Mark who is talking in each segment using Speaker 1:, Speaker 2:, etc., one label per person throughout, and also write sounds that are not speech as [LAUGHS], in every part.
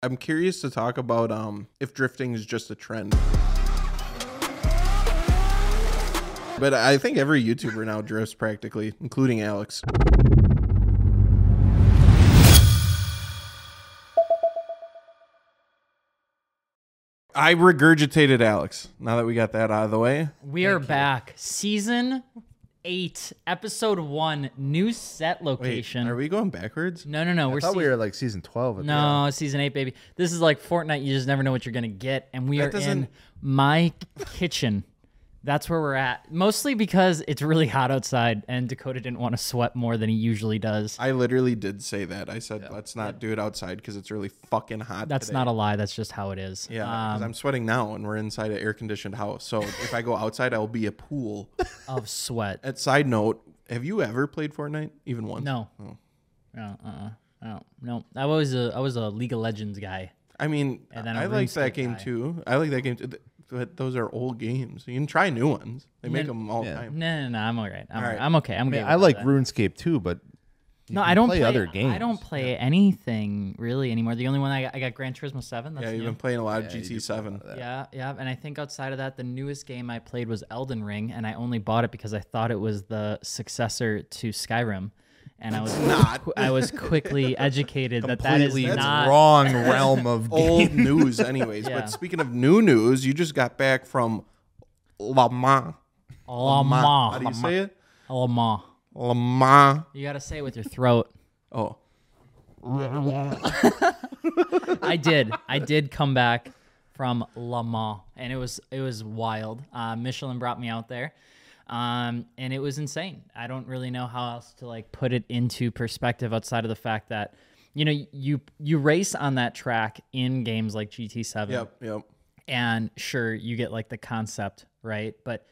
Speaker 1: I'm curious to talk about um, if drifting is just a trend. But I think every YouTuber now drifts practically, including Alex. I regurgitated Alex. Now that we got that out of the way,
Speaker 2: We are back. Season eight, episode one, new set
Speaker 1: wait,
Speaker 2: location.
Speaker 1: are we going backwards?
Speaker 2: No, no, no.
Speaker 3: I
Speaker 2: we're
Speaker 3: thought
Speaker 2: season-
Speaker 3: we were like season 12 at the end.
Speaker 2: no season eight, baby. This is like Fortnite. You just never know what you're gonna get, and we
Speaker 1: That
Speaker 2: are in
Speaker 1: doesn't-
Speaker 2: my kitchen. That's where we're at. Mostly because it's really hot outside, and Dakota didn't want to sweat more than he usually does.
Speaker 1: I literally did say that. I said, let's not do it outside because it's really fucking hot.
Speaker 2: That's not a lie. That's just how it is.
Speaker 1: Yeah, 'cause I'm sweating now, and we're inside an air-conditioned house. So if
Speaker 2: [LAUGHS]
Speaker 1: I go outside, I'll be a pool.
Speaker 2: [LAUGHS] Of
Speaker 1: [LAUGHS]
Speaker 2: sweat.
Speaker 1: At side note, have you ever played Fortnite? Even once?
Speaker 2: No. No. Uh. uh No. No. I was a I was a League of Legends guy.
Speaker 1: I mean,
Speaker 2: And then a
Speaker 1: I like that
Speaker 2: RuneScape
Speaker 1: game
Speaker 2: guy.
Speaker 1: too. I like that game too. Th- But those are old games. You can try new ones. They make
Speaker 2: No,
Speaker 1: them all the
Speaker 3: yeah.
Speaker 1: time.
Speaker 2: No, no, no. I'm all right. I'm, all
Speaker 1: right.
Speaker 2: right. I'm okay. I'm
Speaker 3: I,
Speaker 2: good.
Speaker 3: mean,
Speaker 2: with
Speaker 3: I like
Speaker 2: that.
Speaker 3: RuneScape too, but you
Speaker 2: No,
Speaker 3: can
Speaker 2: I don't
Speaker 3: play, other games.
Speaker 2: I don't play anything really anymore. The only one I got, I got Gran Turismo Seven. That's
Speaker 1: Yeah,
Speaker 2: new.
Speaker 1: you've been playing a lot of GT7.
Speaker 2: yeah, yeah. And I think outside of that, the newest game I played was Elden Ring, and I only bought it because I thought it was the successor to Skyrim, and I was
Speaker 1: not.
Speaker 2: I was quickly
Speaker 3: [LAUGHS]
Speaker 2: educated that that is
Speaker 3: Completely
Speaker 1: [LAUGHS]
Speaker 2: not
Speaker 3: wrong realm of
Speaker 1: Old [LAUGHS] news, anyways.
Speaker 2: Yeah.
Speaker 1: But speaking of new news, you just got back from Lamar. How do
Speaker 2: Lama.
Speaker 1: you say it?
Speaker 2: Lama.
Speaker 1: Lamar.
Speaker 2: You gotta say it with your throat.
Speaker 1: Oh,
Speaker 2: I did. I did come back from Le Mans, and it was it was wild. Uh, Michelin brought me out there, um, and it was insane. I don't really know how else to like put it into perspective outside of the fact that you know you you race on that track in games like GT7,
Speaker 1: yep, yep.
Speaker 2: and sure you get like the concept right, but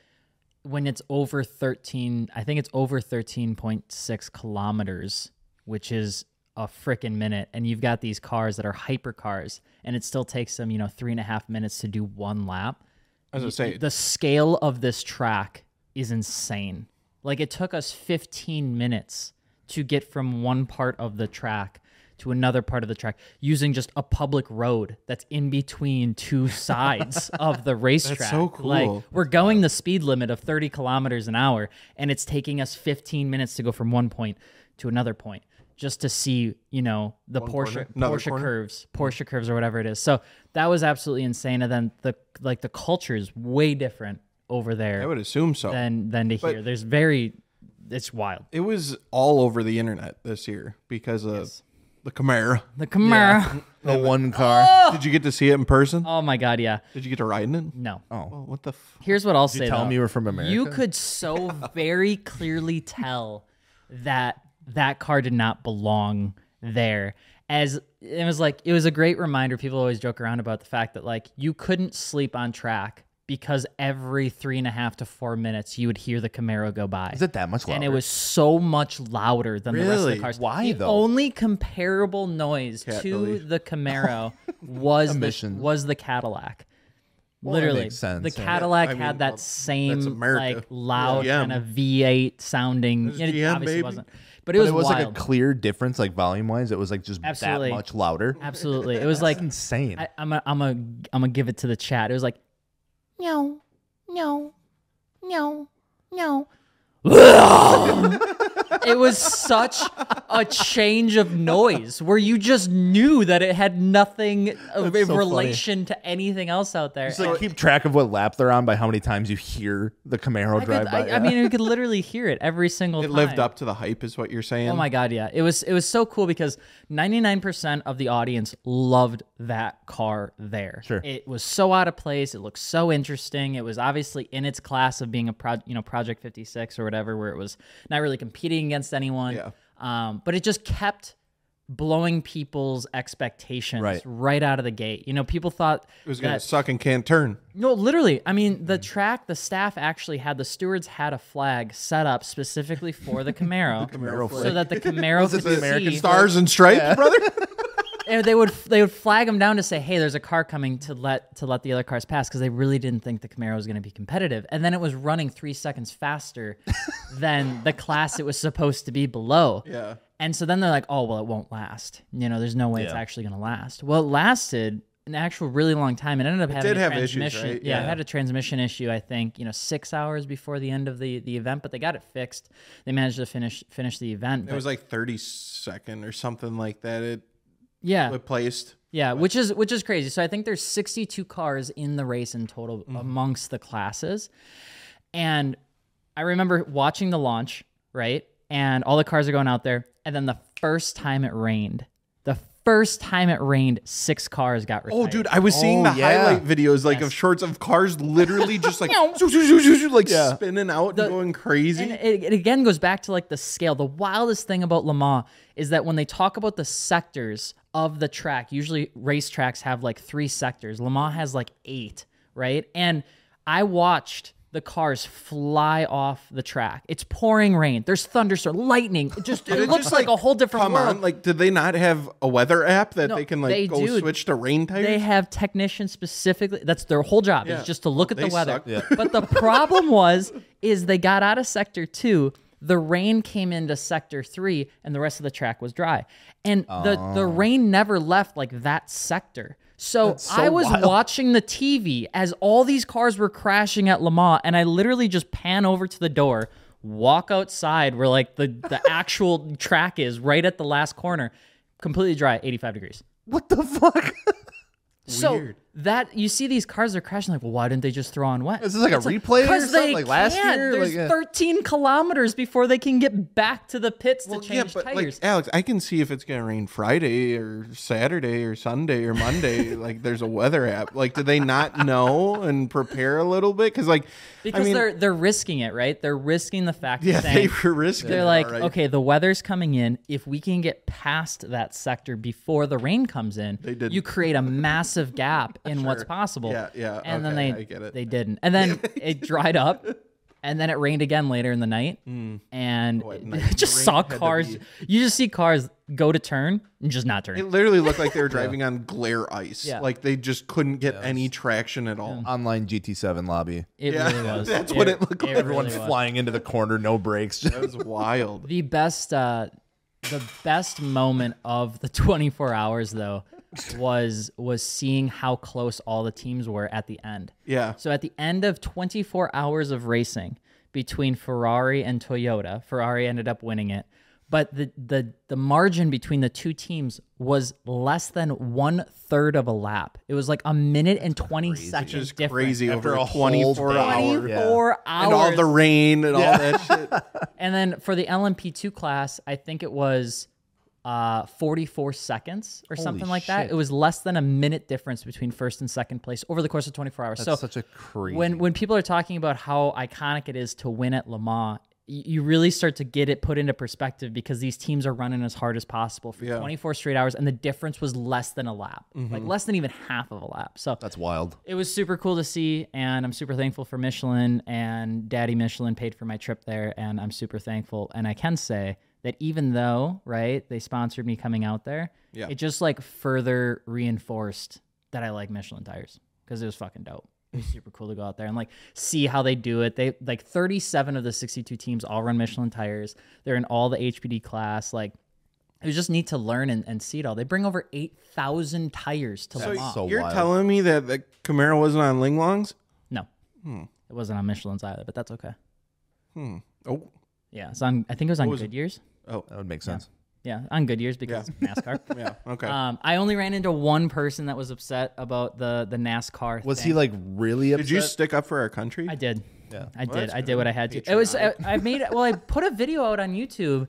Speaker 2: when it's over 13 i think it's over 13.6 kilometers which is a freaking minute and you've got these cars that are hypercars and it still takes them you know three and a half minutes to do one lap
Speaker 1: As I say,
Speaker 2: the scale of this track is insane like it took us 15 minutes to get from one part of the track to another part of the track using just a public road that's in between two [LAUGHS] sides of the racetrack
Speaker 1: so cool.
Speaker 2: like we're going the speed limit of 30 kilometers an hour, and it's taking us 15 minutes to go from one point to another point just to see, you know, the Porsche
Speaker 1: corner, another
Speaker 2: Porsche
Speaker 1: corner.
Speaker 2: curves, Porsche curves or whatever it is. So that was absolutely insane. And then the like the culture is way different over
Speaker 1: I
Speaker 2: there
Speaker 1: would assume so.
Speaker 2: than than to here. There's very it's wild.
Speaker 1: it was all over the internet this year because of the Camaro.
Speaker 2: The Camaro.
Speaker 3: the one
Speaker 1: Oh!
Speaker 3: car.
Speaker 1: Did you get to see it in person?
Speaker 2: [LAUGHS] Oh my god, yeah.
Speaker 1: Did you get to ride in it?
Speaker 2: No.
Speaker 1: Well, what the? F-
Speaker 2: Here's what I'll say.
Speaker 3: Tell
Speaker 2: though.
Speaker 3: me you were from America.
Speaker 2: You could
Speaker 3: [LAUGHS]
Speaker 2: so very clearly tell that that car did not belong there. As it was like, it was a great reminder. People always joke around about the fact that, like, you couldn't sleep on track because every three and a half to four minutes you would hear the Camaro go by.
Speaker 3: Is it that much louder?
Speaker 2: and it was so much louder than the rest of the
Speaker 1: Really?
Speaker 2: cars.
Speaker 3: Why,
Speaker 2: the
Speaker 3: though?
Speaker 2: only comparable noise
Speaker 1: Can't
Speaker 2: to
Speaker 1: believe-
Speaker 2: the Camaro was the,
Speaker 3: Emissions.
Speaker 2: was the Cadillac.
Speaker 3: that
Speaker 2: Literally,
Speaker 3: makes sense,
Speaker 2: the
Speaker 3: yeah.
Speaker 2: Cadillac
Speaker 1: I mean,
Speaker 2: had
Speaker 1: well,
Speaker 2: that same
Speaker 1: that's America.
Speaker 2: like loud
Speaker 1: Yeah.
Speaker 2: kind of V8 sounding.
Speaker 1: It's
Speaker 2: It
Speaker 1: GM,
Speaker 2: obviously
Speaker 1: baby.
Speaker 2: wasn't, but it was,
Speaker 3: it was
Speaker 2: wild.
Speaker 3: like a clear difference, like volume wise. It was like just
Speaker 2: Absolutely.
Speaker 3: that much louder.
Speaker 2: Absolutely, it was like
Speaker 3: Insane.
Speaker 2: I, I'm a, I'm a, I'm gonna give it to the chat. It was like, no, no, no, no. [LAUGHS] it was such a change of noise where you just knew that it had nothing of
Speaker 3: That's so funny.
Speaker 2: relation to anything else out there.
Speaker 3: Just like keep track of what lap they're on by how many times you hear the Camaro
Speaker 2: I, could-
Speaker 3: drive by.
Speaker 2: I, I
Speaker 3: yeah.
Speaker 2: mean, you could literally hear it every single
Speaker 1: it
Speaker 2: time.
Speaker 1: lived up to the hype, is what you're saying.
Speaker 2: Oh my god, yeah. It was it was so cool because 99% of the audience loved that car there.
Speaker 3: Sure.
Speaker 2: It was so out of place, it looked so interesting. It was obviously in its class of being a pro, you know, Project 56 or whatever where it was not really competing against anyone.
Speaker 1: Yeah.
Speaker 2: Um, but it just kept blowing people's expectations
Speaker 3: Right.
Speaker 2: out of the gate. You know, people thought
Speaker 1: It was gonna
Speaker 2: that-
Speaker 1: suck and can't turn.
Speaker 2: no, literally. I mean,
Speaker 3: Mm.
Speaker 2: the track, the staff actually had the stewards had a flag set up specifically for the Camaro,
Speaker 3: [LAUGHS] Camaro
Speaker 2: so
Speaker 3: flag.
Speaker 2: that the Camaro
Speaker 3: it
Speaker 2: could
Speaker 3: the American
Speaker 2: see.
Speaker 1: Stars and stripes, brother.
Speaker 2: and they would they would flag them down to say, "Hey, there's a car coming to let to let the other cars pass," because they really didn't think the Camaro was going to be competitive. And then it was running three seconds
Speaker 1: [LAUGHS]
Speaker 2: faster than the class it was supposed to be below.
Speaker 1: Yeah.
Speaker 2: And so then they're like, "Oh, well, it won't last. You know, there's no way it's
Speaker 3: Yeah.
Speaker 2: actually going to last." Well, it lasted an actual really long time. It ended up having
Speaker 1: did
Speaker 2: a
Speaker 1: have issues,
Speaker 2: transmission.
Speaker 1: right?
Speaker 2: Yeah, it
Speaker 1: Yeah.
Speaker 2: had a transmission issue. I think you know six hours before the end of the the event, but they got it fixed. They managed to finish finish the event.
Speaker 1: It was like 32nd or something like that. It
Speaker 2: yeah,
Speaker 1: replaced.
Speaker 2: Yeah, which is which is crazy. So I think there's 62 cars in the race in total amongst the classes. And I remember watching the launch, right? And all the cars are going out there and then the first time it rained, the first time it rained, six cars got retired.
Speaker 1: Oh, dude, I was seeing
Speaker 3: Oh,
Speaker 1: the
Speaker 3: yeah.
Speaker 1: highlight videos like of shorts of cars literally just
Speaker 2: [LAUGHS]
Speaker 1: like zoo, zoo, zoo, zoo, zoo, like spinning out and going crazy.
Speaker 2: And it, it again goes back to like the scale. The wildest thing about Le Mans is that when they talk about the sectors of the track, usually racetracks have like three sectors. Le Mans has like eight, right? And I watched the cars fly off the track. It's pouring rain. There's thunderstorm, lightning. It just it,
Speaker 1: Did
Speaker 2: looks
Speaker 1: just,
Speaker 2: like, a whole different
Speaker 1: come
Speaker 2: world.
Speaker 1: on like did they not have a weather app that they can like
Speaker 2: they
Speaker 1: go
Speaker 2: do.
Speaker 1: switch to rain tires
Speaker 2: They have technicians specifically. That's their whole job
Speaker 1: Yeah.
Speaker 2: is just to look at
Speaker 1: They
Speaker 2: the weather.
Speaker 1: suck. Yeah. [LAUGHS]
Speaker 2: But the problem was is they got out of sector two. The rain came into sector three, and the rest of the track was dry. And the
Speaker 1: Oh.
Speaker 2: the rain never left like that sector. So,
Speaker 3: so
Speaker 2: I was
Speaker 3: wild.
Speaker 2: watching the TV as all these cars were crashing at Lamar, and I literally just pan over to the door, walk outside where like the
Speaker 1: [LAUGHS]
Speaker 2: the actual track is right at the last corner, completely dry, 85 degrees.
Speaker 3: [LAUGHS] What the fuck? [LAUGHS]
Speaker 2: So that you see these cars are crashing, like, well, why didn't they just throw on wet?
Speaker 3: Is this like a replay or
Speaker 2: Because
Speaker 3: something?
Speaker 2: they
Speaker 3: Like last
Speaker 2: can't.
Speaker 3: year?
Speaker 2: There's
Speaker 3: Like, yeah.
Speaker 2: 13 kilometers before they can get back to the pits
Speaker 1: Well,
Speaker 2: to
Speaker 1: yeah,
Speaker 2: change
Speaker 1: but like
Speaker 3: eh,
Speaker 2: tires.
Speaker 1: Alex, I can see if it's gonna rain Friday or Saturday or Sunday or
Speaker 2: [LAUGHS]
Speaker 1: Monday. like, there's a weather app. Like, do they not know and prepare a little bit? Because like,
Speaker 2: because
Speaker 1: I mean,
Speaker 2: they're they're risking it, right? They're risking the fact.
Speaker 1: yeah,
Speaker 2: of saying,
Speaker 1: they were risking.
Speaker 2: They're
Speaker 1: it,
Speaker 2: like,
Speaker 1: all right.
Speaker 2: okay, the weather's coming in. If we can get past that sector before the rain comes in, they
Speaker 1: didn't.
Speaker 2: you create a massive gap
Speaker 1: [LAUGHS]
Speaker 2: in what's possible.
Speaker 1: Yeah, yeah,
Speaker 2: And
Speaker 1: okay,
Speaker 2: then they
Speaker 1: I get it.
Speaker 2: they didn't.
Speaker 1: [LAUGHS]
Speaker 2: And then it dried up. And then it rained again later in the night, and [LAUGHS]
Speaker 1: at
Speaker 2: it-
Speaker 1: Hmm. night.
Speaker 2: it just
Speaker 1: The rain
Speaker 2: saw
Speaker 1: had to
Speaker 2: cars.
Speaker 1: be-
Speaker 2: You just see cars go to turn and just not turn.
Speaker 1: It literally looked like they
Speaker 2: [LAUGHS]
Speaker 1: were driving on glare ice.
Speaker 2: Yeah.
Speaker 1: Like they just couldn't get any traction at all.
Speaker 3: Online GT7 lobby.
Speaker 2: It
Speaker 1: yeah,
Speaker 2: really
Speaker 1: [LAUGHS]
Speaker 2: was.
Speaker 1: that's what it looked like.
Speaker 2: really
Speaker 3: Everyone
Speaker 2: was.
Speaker 3: flying into the corner, no brakes.
Speaker 1: [LAUGHS] That was
Speaker 2: [LAUGHS]
Speaker 1: wild.
Speaker 2: The best, uh, the best moment of the [LAUGHS] 24 hours though was was seeing how close all the teams were at the end.
Speaker 1: Yeah.
Speaker 2: So at the end of 24 hours of racing between Ferrari and Toyota, Ferrari ended up winning it. But the the the margin between the two teams was less than one third of a lap. It was like a minute and 20 seconds.
Speaker 1: Which is
Speaker 2: difference.
Speaker 1: crazy
Speaker 3: After
Speaker 1: over
Speaker 3: a
Speaker 1: a
Speaker 3: whole
Speaker 1: 24
Speaker 3: day.
Speaker 1: hour.
Speaker 2: 24 hours.
Speaker 1: And all the rain and all that shit.
Speaker 2: [LAUGHS] And then for the LMP2 class, I think it was uh, 44 seconds or something like that. It was less than a minute difference between first and second place over the course of 24 hours. so
Speaker 3: [LAUGHS] such a crazy.
Speaker 2: when when people are talking about how iconic it is to win at Le Mans, y- you really start to get it put into perspective because these teams are running as hard as possible for 24 straight hours, and the difference was less than a lap, like
Speaker 3: Mm-hmm.
Speaker 2: less than even half of a lap. So
Speaker 3: That's wild.
Speaker 2: it was super cool to see, and I'm super thankful for Michelin and Daddy Michelin paid for my trip there, and I'm super thankful. And I can say that even though right they sponsored me coming out there,
Speaker 1: Yeah.
Speaker 2: it just like further reinforced that I like Michelin tires because it was fucking dope. It was super cool to go out there and like see how they do it. They like 37 of the 62 teams all run Michelin tires. They're in all the HPD class. Like it was just neat to learn and, and see it all. They bring over 8,000 tires to Le Mans.
Speaker 3: so
Speaker 1: You're
Speaker 3: wild.
Speaker 1: telling me that the Camaro wasn't on Ling Longs?
Speaker 2: No. It wasn't on Michelin's either, but that's okay.
Speaker 1: Oh,
Speaker 2: Yeah, it's on. I think it was on Goodyear's.
Speaker 3: that would make sense.
Speaker 2: Yeah, on Goodyear's because NASCAR.
Speaker 1: yeah.
Speaker 2: [LAUGHS]
Speaker 1: Okay.
Speaker 2: Um, I only ran into one person that was upset about the the NASCAR.
Speaker 3: Was
Speaker 2: thing.
Speaker 3: he like really upset?
Speaker 1: Did you stick up for our country?
Speaker 2: I did.
Speaker 3: Yeah.
Speaker 2: I did. I did what I had to. It was. I, I made. Well, I put a video out on YouTube,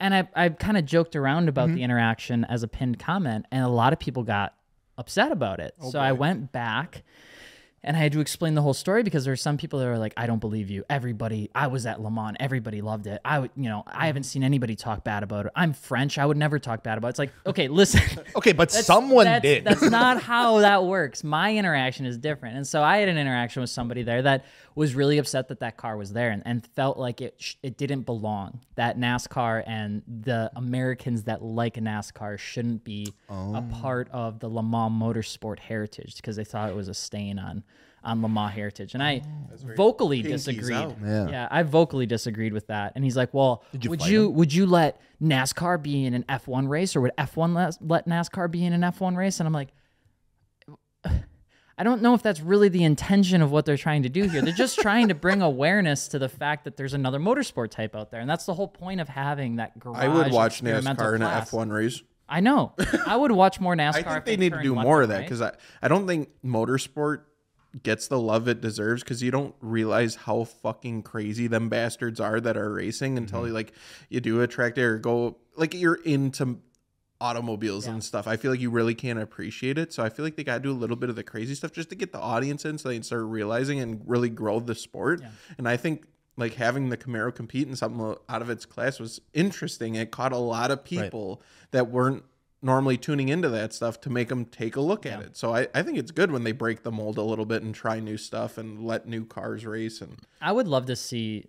Speaker 2: and I I kind of joked around about the interaction as a pinned comment, and a lot of people got upset about it. so I went back And I had to explain the whole story because there were some people that were like, "I don't believe you." Everybody, I was at Le Mans. Everybody loved it. I, would, you know, I haven't seen anybody talk bad about it. I'm French. I would never talk bad about it. It's like, okay, listen.
Speaker 3: Okay, but someone
Speaker 2: that's,
Speaker 3: did. [LAUGHS]
Speaker 2: That's not how that works. My interaction is different. And so I had an interaction with somebody there that was really upset that that car was there and, and felt like it sh- it didn't belong. That NASCAR and the Americans that like NASCAR shouldn't be
Speaker 3: Oh.
Speaker 2: a part of the Le Mans motorsport heritage because they thought it was a stain on on Le Mans heritage. And
Speaker 3: Oh.
Speaker 2: I vocally disagreed.
Speaker 4: out.
Speaker 2: Yeah. I vocally disagreed with that. And he's like, "Well,
Speaker 3: you
Speaker 2: would
Speaker 3: fight
Speaker 2: you would you let NASCAR be in an F1 race, or would F1 let, let NASCAR be in an F1 race?" And I'm like, [SIGHS] I don't know if that's really the intention of what they're trying to do here. They're just trying to bring awareness to the fact that there's another motorsport type out there, and that's the whole point of having that garage.
Speaker 1: I would watch
Speaker 2: experimental
Speaker 1: NASCAR in an
Speaker 2: class.
Speaker 1: F1 race.
Speaker 2: I know. I would watch more
Speaker 1: [LAUGHS]
Speaker 2: NASCAR.
Speaker 1: I think
Speaker 2: if
Speaker 1: they
Speaker 2: it
Speaker 1: need to
Speaker 2: turned
Speaker 1: do
Speaker 2: left
Speaker 1: more
Speaker 2: and
Speaker 1: of that
Speaker 2: right.
Speaker 1: because I, I don't think motorsport gets the love it deserves because you don't realize how fucking crazy them bastards are that are racing until you like you do a track day or go like you're into automobiles and stuff. I feel like you really can't appreciate it. So I feel like they gotta do a little bit of the crazy stuff just to get the audience in so they can start realizing and really grow the sport. And I think like having the Camaro compete in something out of its class was interesting. It caught a lot of people that weren't normally tuning into that stuff to make them take a look at it. So I, I think it's good when they break the mold a little bit and try new stuff and let new cars race and
Speaker 2: I would love to see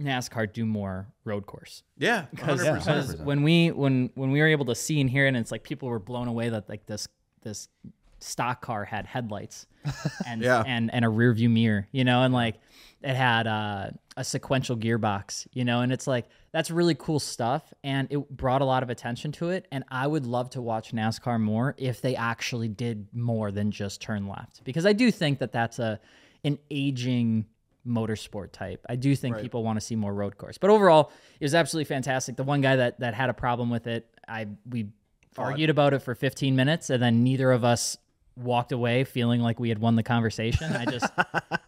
Speaker 2: NASCAR do more road course.
Speaker 1: yeah, 100%.
Speaker 2: [LAUGHS] because when we when when we were able to see and hear it, and it's like people were blown away that like this this stock car had headlights and
Speaker 1: Yeah.
Speaker 2: and and a rear view mirror, you know, and like it had uh, a sequential gearbox, you know, and it's like that's really cool stuff, and it brought a lot of attention to it. And I would love to watch NASCAR more if they actually did more than just turn left, because I do think that that's a an aging motorsport type. I do think people want to see more road course. But overall, it was absolutely fantastic. The one guy that that had a problem with it, I we argued about it for 15 minutes and then neither of us walked away feeling like we had won the conversation. I
Speaker 3: [LAUGHS]
Speaker 2: just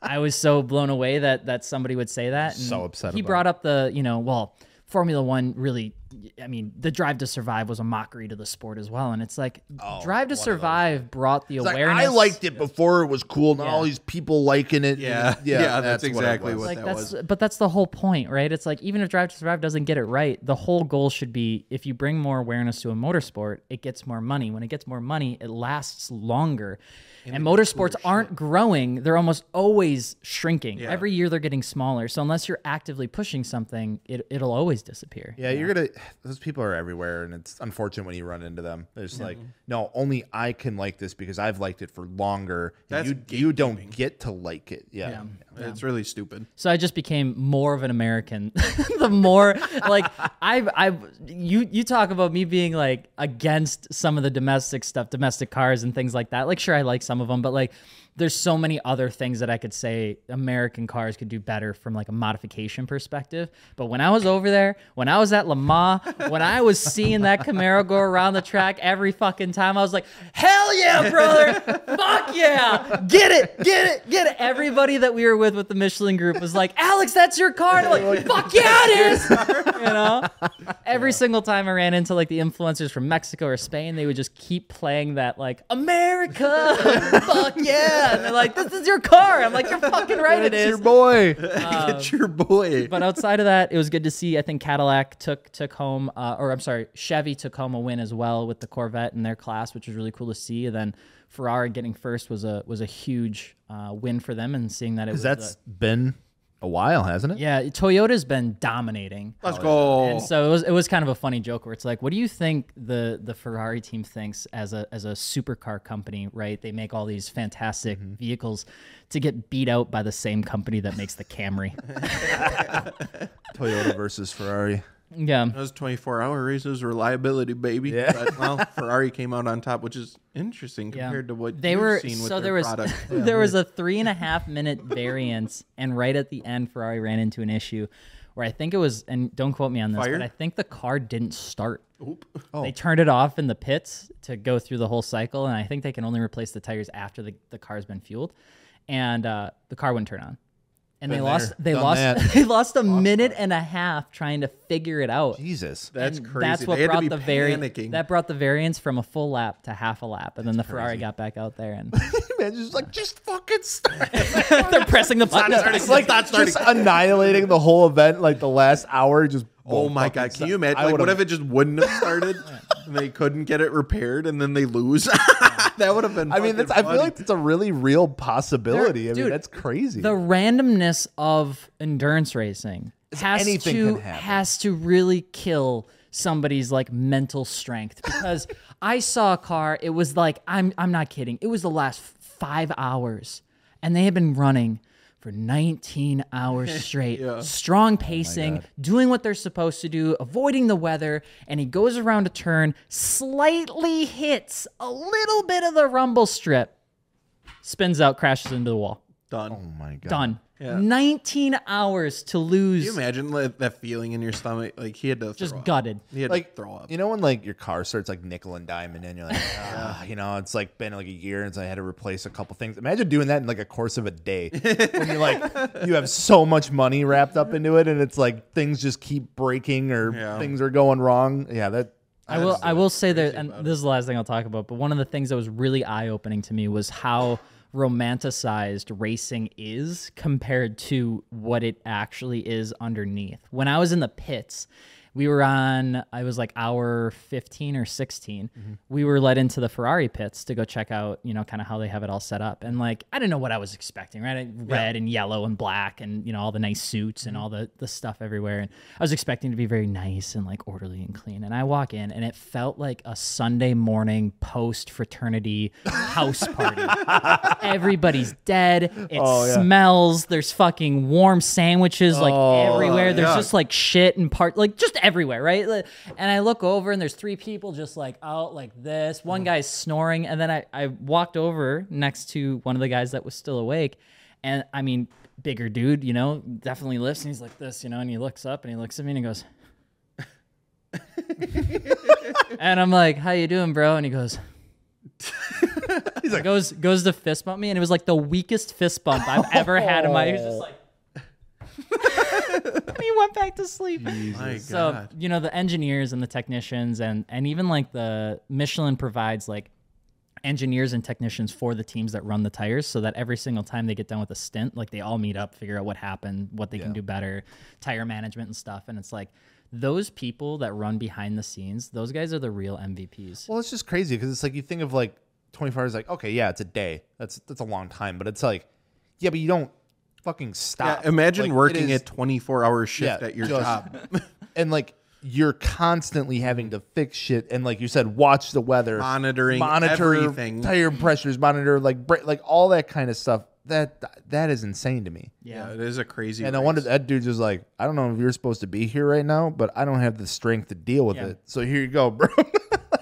Speaker 2: I was so blown away that that somebody would say that. And
Speaker 3: So upset
Speaker 2: He
Speaker 3: about
Speaker 2: brought up the, you know, well, Formula 1 really I mean, the drive to survive was a mockery to the sport as well and it's like
Speaker 3: Oh,
Speaker 2: drive to survive brought the
Speaker 3: Like,
Speaker 2: awareness
Speaker 3: I liked it before it was cool. Now all these people liking it.
Speaker 1: Yeah.
Speaker 3: and-
Speaker 1: Yeah, that's
Speaker 3: what it
Speaker 1: exactly
Speaker 3: was.
Speaker 1: what-
Speaker 2: like
Speaker 1: that
Speaker 2: that's but that's the whole point right it's like even if drive to survive doesn't get it right the whole goal should be if you bring more awareness to a motorsport it gets more money when it gets more money it lasts longer and motorsports aren't growing they're almost always shrinking every year they're getting smaller so unless you're actively pushing something it, it'll always disappear
Speaker 3: Yeah, you're gonna. Those people are everywhere, and it's unfortunate when you run into them. It's like, no, only I can like this because I've liked it for longer. and
Speaker 1: That's
Speaker 3: you you don't get to like it. Yeah,
Speaker 1: It's really stupid. [LAUGHS]
Speaker 2: So I just became more of an American. [LAUGHS] the more like I I you you talk about me being like against some of the domestic stuff, domestic cars and things like that. Like sure I like some of them, but like there's so many other things that I could say American cars could do better from like a modification perspective. But when I was over there, when I was at Lamar, when I was seeing that Camaro go around the track every fucking time, I was like, hell yeah, brother, fuck yeah, get it, get it, get it. Everybody that we were with with the Michelin Group was like, Alex, that's your car. And I'm like, fuck yeah, it is. You know, every single time I ran into like the influencers from Mexico or Spain, they would just keep playing that like America, [LAUGHS] fuck yeah, and they're like, this is your car. I'm like, you're fucking right, it is.
Speaker 3: boy.
Speaker 1: it's your boy.
Speaker 2: But outside of that, it was good to see. I think Cadillac took took home, uh, or I'm sorry, Chevy took home a win as well with the Corvette in their class, which was really cool to see. And then Ferrari getting first was a was a huge uh, win for them, and seeing that it was
Speaker 3: [LAUGHS] That's
Speaker 2: a-
Speaker 3: been a while, hasn't it?
Speaker 2: yeah, Toyota's been dominating.
Speaker 1: Let's go.
Speaker 2: And so it was it was kind of a funny joke where it's like, what do you think the the Ferrari team thinks as a as a supercar company, right? They make all these fantastic vehicles to get beat out by the same company that makes the Camry.
Speaker 3: Toyota versus Ferrari.
Speaker 2: yeah.
Speaker 1: Those 24 hour races, reliability, baby.
Speaker 3: Yeah.
Speaker 1: But,
Speaker 3: [LAUGHS]
Speaker 1: well, Ferrari came out on top, which is interesting compared to what
Speaker 2: they
Speaker 1: you've
Speaker 2: were
Speaker 1: seen with
Speaker 2: so
Speaker 1: their
Speaker 2: there was [LAUGHS]
Speaker 1: product.
Speaker 2: there was a three and a half minute variance and right at the end ferrari ran into an issue where i think it was and don't quote me on this
Speaker 1: Fire? Oh.
Speaker 2: but i think the car didn't start they turned it off in the pits to go through the whole cycle and i think they can only replace the tires after the, the car's been fueled and uh, the car wouldn't turn on and
Speaker 3: Been
Speaker 2: they
Speaker 3: there,
Speaker 2: lost they
Speaker 3: done
Speaker 2: lost
Speaker 3: that.
Speaker 2: [LAUGHS] they lost a minute and a half trying to figure it out.
Speaker 3: Jesus.
Speaker 1: That's
Speaker 2: And
Speaker 1: crazy.
Speaker 2: That's what
Speaker 1: they had
Speaker 2: brought
Speaker 1: to be
Speaker 2: the
Speaker 1: panicking.
Speaker 2: vari- that brought the variance from a full lap to half a lap, and then the Ferrari got back out there
Speaker 1: [LAUGHS]
Speaker 2: and [LAUGHS]
Speaker 3: Man, just like just fucking [LAUGHS] start.
Speaker 2: they're pressing the button.
Speaker 3: It's like just annihilating the whole event. Like the last hour, just
Speaker 1: oh
Speaker 3: boom,
Speaker 1: my
Speaker 3: fucking
Speaker 1: god, can
Speaker 3: stop.
Speaker 1: you imagine?
Speaker 3: I
Speaker 1: Like,
Speaker 3: would've-
Speaker 1: what if it just wouldn't have
Speaker 2: [LAUGHS]
Speaker 1: started? and they couldn't get it repaired, and then they lose. [LAUGHS] that would have been.
Speaker 3: I mean, that's. I
Speaker 1: fucking
Speaker 3: feel like
Speaker 1: funny.
Speaker 3: that's a really real possibility.
Speaker 2: There-
Speaker 3: I mean,
Speaker 2: dude,
Speaker 3: that's crazy.
Speaker 2: the randomness of endurance racing has
Speaker 3: anything
Speaker 2: to
Speaker 3: can happen.
Speaker 2: has to really kill somebody's like mental strength because [LAUGHS] I saw a car it was like I'm I'm not kidding it was the last 5 hours and they had been running for 19
Speaker 3: [LAUGHS]
Speaker 2: hours straight
Speaker 3: Oh
Speaker 2: strong pacing doing what they're supposed to do avoiding the weather and he goes around a turn slightly hits a little bit of the rumble strip spins out crashes into the wall
Speaker 1: done.
Speaker 3: oh my god.
Speaker 2: done. 19 hours to lose.
Speaker 1: Can you imagine like, that feeling in your stomach? Like he had to
Speaker 2: just
Speaker 1: throw up.
Speaker 2: gutted.
Speaker 1: He had
Speaker 3: Like
Speaker 1: to throw up.
Speaker 3: You know when like your car starts like nickel and diamond, and
Speaker 1: [LAUGHS]
Speaker 3: you're like, ah, you know, it's like been like a year, and so I had to replace a couple things. Imagine doing that in like a course of
Speaker 1: [LAUGHS]
Speaker 3: a day when you like you have so much money wrapped up into it, and it's like things just keep breaking or
Speaker 1: Yeah.
Speaker 3: things are going wrong. Yeah, that.
Speaker 2: I will I will say that and this is the last thing I'll talk about, but one of the things that was really eye-opening to me was how romanticized racing is compared to what it actually is underneath. When I was in the pits, we were on I was like hour 15 or 16.
Speaker 1: Mm-hmm.
Speaker 2: We were led into the Ferrari pits to go check out, you know, kind of how they have it all set up. And like I didn't know what I was expecting, right? I- Red and yellow and black and you know all the nice suits and all the the stuff everywhere. And I was expecting to be very nice and like orderly and clean. And I walk in and it felt like a Sunday morning post fraternity house party. Everybody's dead. It smells. There's fucking warm sandwiches like everywhere. There's
Speaker 1: yuck.
Speaker 2: just like shit and part like just everywhere, right? Like- And I look over and there's three people just like out like this. One guy's snoring, and then I, I walked over next to one of the guys that was still awake, and I mean bigger dude, you know, definitely lifts and he's like this, you know, and he looks up and he looks at me and he goes. and I'm like, "How you doing, bro?" And he goes,
Speaker 3: [LAUGHS] He's like,
Speaker 2: goes goes to fist bump me, and it was like the weakest fist bump I've ever had in my. He was just like,
Speaker 3: [LAUGHS]
Speaker 2: [LAUGHS] and he went back to sleep.
Speaker 1: my god.
Speaker 2: So you know the engineers and the technicians and and even like the Michelin provides like engineers and technicians for the teams that run the tires so that every single time they get done with a stint like they all meet up figure out what happened what they can do better tire management and stuff and it's like those people that run behind the scenes those guys are the real mvps
Speaker 3: Well, it's just crazy because it's like you think of like 24 hours, like okay, yeah, it's a day. That's that's a long time, but it's like, yeah, but you don't fucking
Speaker 1: yeah,
Speaker 3: stop.
Speaker 1: imagine
Speaker 3: Like, it
Speaker 1: working
Speaker 3: is-
Speaker 1: a 24 hour shift
Speaker 3: yeah,
Speaker 1: at your
Speaker 3: just-
Speaker 1: job.
Speaker 3: [LAUGHS] and like you're constantly having to fix shit, and like you said, watch the weather,
Speaker 1: Monitoring
Speaker 3: monitor
Speaker 1: everything.
Speaker 3: tire pressures, monitor like bra- like all that kind of stuff. That that is insane to me.
Speaker 1: Yeah. it is a crazy.
Speaker 3: And I
Speaker 1: race.
Speaker 3: wonder that dude's just like, I don't know if you're supposed to be here right now, but I don't have the strength to deal with it. So here you go, bro. [LAUGHS]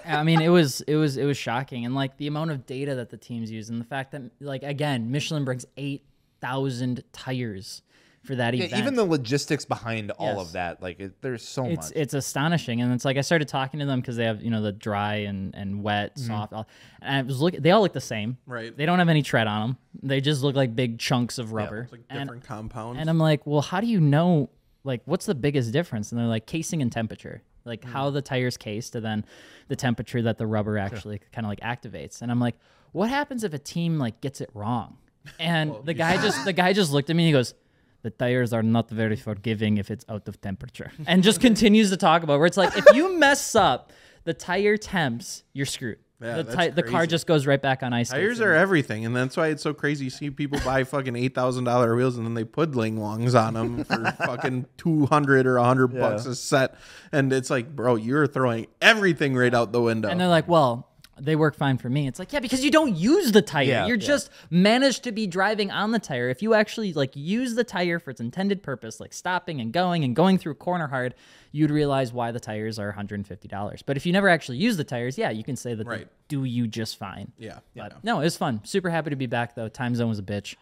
Speaker 2: I mean, it was it was it was shocking, and like the amount of data that the teams use, and the fact that like again, Michelin brings eight thousand tires for that event.
Speaker 3: Even the logistics behind all
Speaker 2: Yes.
Speaker 3: of that, like it, there's so
Speaker 2: it's
Speaker 3: much.
Speaker 2: it's astonishing, and it's like I started talking to them because they have you know the dry and and wet, soft, all, and I was looking. They all look the same.
Speaker 1: Mm-hmm. Right.
Speaker 2: They don't have any tread on them. They just look like big chunks of rubber.
Speaker 1: like
Speaker 2: and
Speaker 1: different compounds.
Speaker 2: And I'm like, well, how do you know? Like, what's the biggest difference? And they're like, casing and temperature, like
Speaker 1: Hmm.
Speaker 2: how the tire's cased, and then the temperature that the rubber actually kind of like activates. And I'm like, what happens if a team like gets it
Speaker 1: [LAUGHS]
Speaker 2: wrong? And the guy just the guy just looked at me and he goes, the tires are not very forgiving if it's out of temperature, [LAUGHS] and just continues to talk about where it's like, if you mess up the tire temps, you're screwed.
Speaker 1: Yeah,
Speaker 2: the,
Speaker 1: that's
Speaker 2: the car
Speaker 1: crazy.
Speaker 2: just goes right back on ice. skates
Speaker 1: Tires
Speaker 2: and-
Speaker 1: are everything, and that's why it's so crazy. You see people buy fucking eight thousand dollar wheels, and then they put Ling Wongs on them
Speaker 3: [LAUGHS]
Speaker 1: for fucking two hundred or hundred bucks a set, and it's like, bro, you're throwing everything right out the window.
Speaker 2: And they're like, well, they work fine for me. It's like, yeah, because you don't use the tire.
Speaker 3: Yeah,
Speaker 2: You're
Speaker 3: yeah.
Speaker 2: just managed to be driving on the tire. If you actually like use the tire for its intended purpose, like stopping and going and going through corner hard, you'd realize why the tires are $150. But if you never actually use the tires, yeah, you can say that they
Speaker 1: Right.
Speaker 2: do you just fine.
Speaker 1: yeah.
Speaker 2: But no, it was fun. Super happy to be back though. Time zone was a bitch.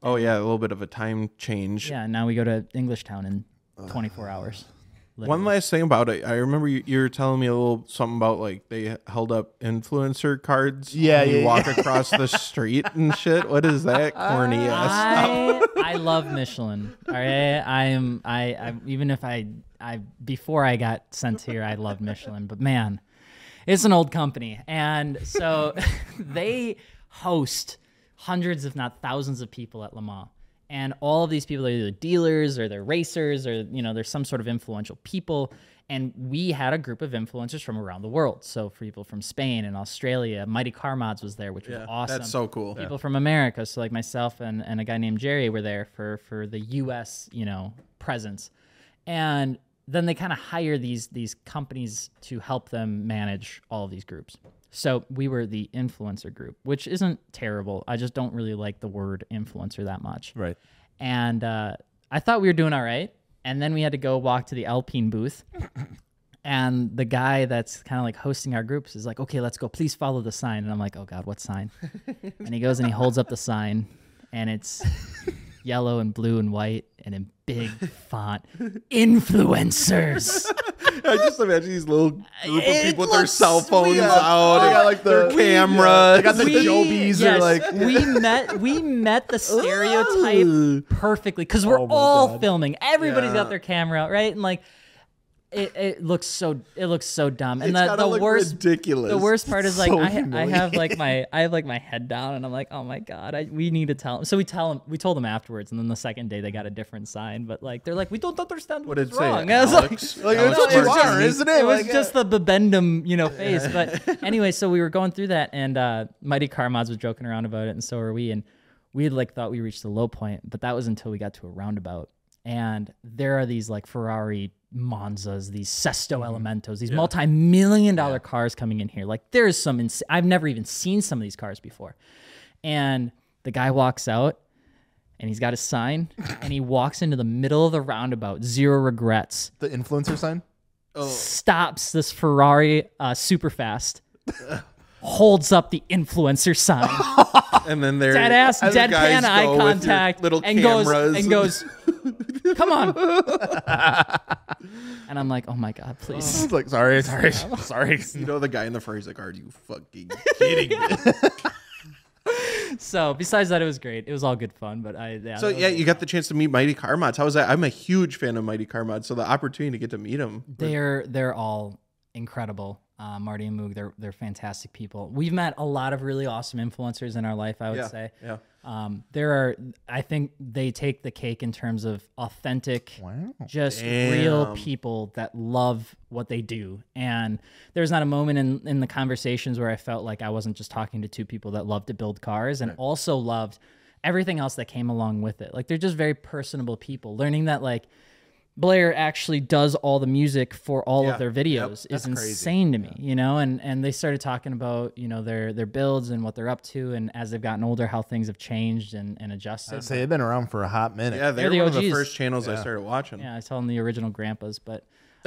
Speaker 1: Oh yeah, a little bit of a time change.
Speaker 2: Yeah, now we go to English Town in 24 hours.
Speaker 1: One last thing about it. I remember you, you were telling me a little something about like they held up influencer cards.
Speaker 3: Yeah,
Speaker 1: when you
Speaker 3: yeah,
Speaker 1: walk across
Speaker 3: [LAUGHS]
Speaker 1: the street and shit. What is that corny ass?
Speaker 2: I, [LAUGHS] I love Michelin. All right, I am. I, I even if I I before I got sent here, I loved Michelin. But man, it's an old company, and so [LAUGHS] they host hundreds, if not thousands, of people at Le Mans. And all of these people are either dealers or they're racers or you know they're some sort of influential people. And we had a group of influencers from around the world. So for people from Spain and Australia, Mighty Car Mods was there, which was awesome
Speaker 1: That's so cool.
Speaker 2: people from America. So like myself and, and a guy named Jerry were there for for the U.S. you know presence, and then they kind of hire these these companies to help them manage all of these groups. So we were the influencer group, which isn't terrible. I just don't really like the word influencer that much
Speaker 3: Right.
Speaker 2: and uh, I thought we were doing all right. And then we had to go walk to the Alpine booth. And the guy that's kind of like hosting our groups is like, okay, let's go. Please follow the sign. And I'm like, oh God, what sign? and he goes and he holds up the sign, and it's yellow and blue and white and in big font influencers.
Speaker 1: I just imagine these little group of
Speaker 2: It
Speaker 1: people with their
Speaker 2: looks
Speaker 1: cell phones
Speaker 2: weird.
Speaker 1: out.
Speaker 3: They got like the
Speaker 1: their camera.
Speaker 3: They got the
Speaker 2: We-
Speaker 3: Jobies or
Speaker 2: yes,
Speaker 3: like
Speaker 2: we met we met the
Speaker 1: [LAUGHS]
Speaker 2: stereotype perfectly because we're
Speaker 3: Oh my
Speaker 2: all
Speaker 3: God.
Speaker 2: filming. Everybody's
Speaker 1: Yeah.
Speaker 2: got their camera out, right, and like it, it looks so it looks so dumb. And
Speaker 1: It's
Speaker 2: the,
Speaker 1: gotta
Speaker 2: the
Speaker 1: look
Speaker 2: worst
Speaker 1: ridiculous.
Speaker 2: the worst part is like
Speaker 3: so
Speaker 2: I, ha- I have like my
Speaker 1: [LAUGHS]
Speaker 2: I have like my head down and I'm like oh my god I, we need to tell him so we tell him we told them afterwards and then the second day they got a different sign but like they're like we don't understand
Speaker 1: What
Speaker 2: what's
Speaker 1: did it say?
Speaker 2: wrong [LAUGHS] I was like,
Speaker 1: Alex,
Speaker 3: Like,
Speaker 1: Alex
Speaker 3: it's what you
Speaker 1: Martinez.
Speaker 3: are, isn't it?
Speaker 2: it was
Speaker 3: Like, uh,
Speaker 2: just the bibendum, you know, face.
Speaker 3: [LAUGHS]
Speaker 2: But anyway, so we were going through that, and uh, Mighty Car Mods was joking around about it, and so were we. And we had like thought we reached the low point, but that was until we got to a roundabout, and there are these like Ferrari Monzas, these Sesto
Speaker 3: Mm-hmm.
Speaker 2: Elementos, these multi-million dollar cars coming in here. Like there is some, ins- I've never even seen some of these cars before, and the guy walks out and he's got his sign and he walks into the middle of the roundabout zero regrets
Speaker 3: the influencer sign. [LAUGHS]
Speaker 2: stops this Ferrari uh, super fast, holds up the
Speaker 1: [LAUGHS]
Speaker 2: influencer sign,
Speaker 1: And then they're
Speaker 2: dead ass,
Speaker 1: and the
Speaker 2: dead
Speaker 1: guys
Speaker 2: pan eye
Speaker 1: go with your
Speaker 2: contact,
Speaker 1: little
Speaker 2: and
Speaker 1: cameras.
Speaker 2: goes and goes, come on. and I'm like, oh my god, please.
Speaker 3: It's like
Speaker 2: [LAUGHS]
Speaker 3: sorry, sorry, sorry.
Speaker 1: [LAUGHS]
Speaker 3: [LAUGHS]
Speaker 1: You know the guy in the Ferrari's like, "Are you fucking
Speaker 2: [LAUGHS]
Speaker 1: kidding me?"
Speaker 2: So besides that, it was great. It was all good fun, but I yeah.
Speaker 1: So
Speaker 2: that was-
Speaker 1: yeah, you got the chance to meet Mighty Car Mods. How was that? I'm a huge fan of Mighty Car Mods, so the opportunity to get to meet him.
Speaker 2: They're they're all incredible. Uh, Marty and Moog, they're they're fantastic people. We've met a lot of really awesome influencers in our life. I would
Speaker 1: Yeah,
Speaker 2: say.
Speaker 1: yeah.
Speaker 2: Um, there are, I think they take the cake in terms of authentic, just real people that love what they do. And there's not a moment in, in the conversations where I felt like I wasn't just talking to two people that love to build cars and also loved everything else that came along with it. Like they're just very personable people. Learning that like Blair actually does all the music for all
Speaker 1: Yeah,
Speaker 2: of their
Speaker 1: yep,
Speaker 2: videos is insane to me, you know. And and they started talking about you know their their builds and what they're up to, and as they've gotten older, how things have changed and, and adjusted.
Speaker 3: Say they've been around for a hot minute.
Speaker 1: Yeah, they're
Speaker 2: the
Speaker 1: one of the
Speaker 2: OGs.
Speaker 1: first channels I started watching.
Speaker 2: Yeah, I tell them the original grandpas, but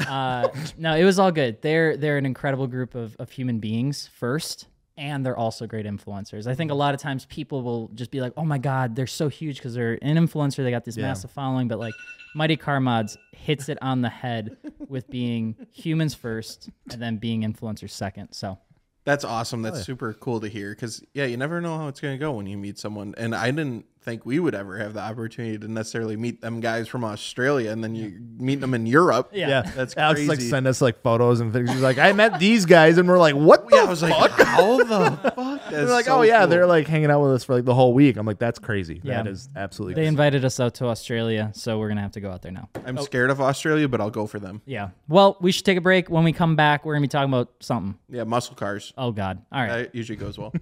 Speaker 2: uh, [LAUGHS] no, it was all good. They're they're an incredible group of, of human beings first, and they're also great influencers. I think a lot of times people will just be like, "Oh my God, they're so huge because they're an influencer. They got this massive following." But like, Mighty Car Mods hits it on the head with being humans first and then being influencers second. So
Speaker 1: That's awesome. That's super cool to hear because yeah, you never know how it's gonna go when you meet someone. And I didn't think we would ever have the opportunity to necessarily meet them guys from Australia, and then you meet them in Europe.
Speaker 3: Yeah,
Speaker 1: That's
Speaker 3: Alex like
Speaker 1: crazy.
Speaker 3: send us like photos and pictures. Like I met these guys, and we're like, what? The
Speaker 1: Yeah, I was like, how the
Speaker 3: [LAUGHS]
Speaker 1: fuck?
Speaker 3: They're like, oh yeah, they're like hanging out with us for like the whole week. I'm like, that's crazy.
Speaker 2: Yeah.
Speaker 3: That is absolutely.
Speaker 2: they
Speaker 3: crazy.
Speaker 2: invited us out to Australia, so we're gonna have to go out there now.
Speaker 1: I'm
Speaker 3: "Oh."
Speaker 1: scared of Australia, but I'll go for them.
Speaker 2: Yeah. Well, we should take a break. When we come back, we're gonna be talking about something.
Speaker 1: Yeah, muscle cars.
Speaker 2: Oh God. All right.
Speaker 1: That usually goes
Speaker 3: [LAUGHS]
Speaker 1: well.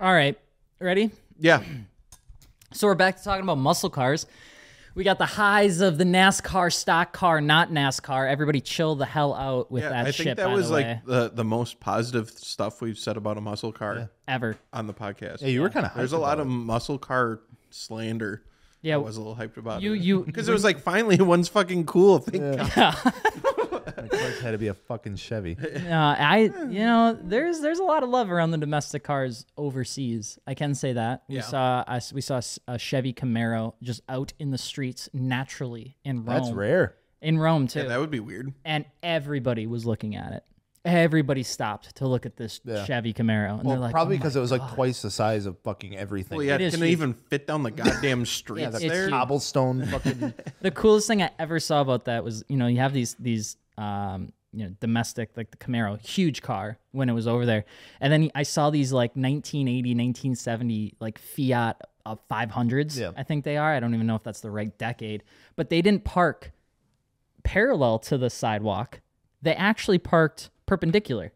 Speaker 2: All right. Ready?
Speaker 1: yeah,
Speaker 2: So we're back to talking about muscle cars. We got the highs of the NASCAR stock car, not NASCAR. Everybody chill the hell out with
Speaker 1: yeah.
Speaker 2: that
Speaker 1: I
Speaker 2: shit.
Speaker 1: think that
Speaker 2: by
Speaker 1: was
Speaker 2: the way,
Speaker 1: like the the most positive stuff we've said about a muscle car
Speaker 2: ever.
Speaker 1: on the podcast.
Speaker 3: Yeah, you were kind of.
Speaker 1: There's a lot of muscle car slander.
Speaker 2: Yeah.
Speaker 1: I was a little hyped about
Speaker 2: You-
Speaker 1: it.
Speaker 2: you-
Speaker 1: because it was like finally [LAUGHS] one's fucking cool. Thank God.
Speaker 3: had to be a fucking Chevy.
Speaker 2: [LAUGHS] Uh, I, you know, there's there's a lot of love around the domestic cars overseas. I can say that we saw us we saw s- a Chevy Camaro just out in the streets naturally in Rome.
Speaker 3: That's rare.
Speaker 2: in Rome too.
Speaker 1: That would be weird.
Speaker 2: and everybody was looking at it. Everybody stopped to look at this
Speaker 3: Yeah.
Speaker 2: Chevy Camaro, and they're like,
Speaker 3: Probably
Speaker 2: "Oh my
Speaker 3: because it was like twice the size of fucking everything.
Speaker 1: Well, yeah,
Speaker 2: It is
Speaker 1: can it
Speaker 2: huge.
Speaker 1: even fit down the goddamn
Speaker 3: yeah,
Speaker 2: [LAUGHS]
Speaker 1: streets
Speaker 3: the
Speaker 2: It's
Speaker 1: there?
Speaker 2: huge. [LAUGHS]
Speaker 3: cobblestone fucking.
Speaker 2: the coolest thing I ever saw about that was, you know, you have these these um, you know, domestic like the Camaro, huge car when it was over there. And then I saw these like 1980, 1970 like Fiat uh, 500s,
Speaker 3: Yeah.
Speaker 2: I think they are. I don't even know if that's the right decade, but they didn't park parallel to the sidewalk. They actually parked perpendicular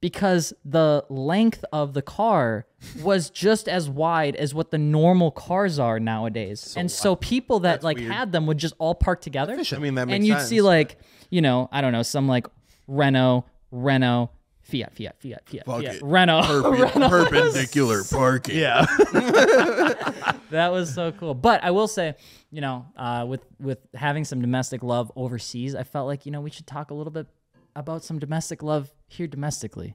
Speaker 2: because the length of the car was just as wide as what the normal cars are nowadays. and so people that like had them would just all park together.
Speaker 1: I mean, that makes
Speaker 2: and you'd
Speaker 1: sense.
Speaker 2: see like, you know, I don't know, some like Renault, Renault, Fiat, Fiat, Fiat, Fiat, Fiat,
Speaker 1: it.
Speaker 2: Renault. [LAUGHS]
Speaker 1: perpendicular parking.
Speaker 3: yeah.
Speaker 2: that was so cool. But I will say, you know, uh, with with having some domestic love overseas, I felt like you know we should talk a little bit about some domestic love here domestically.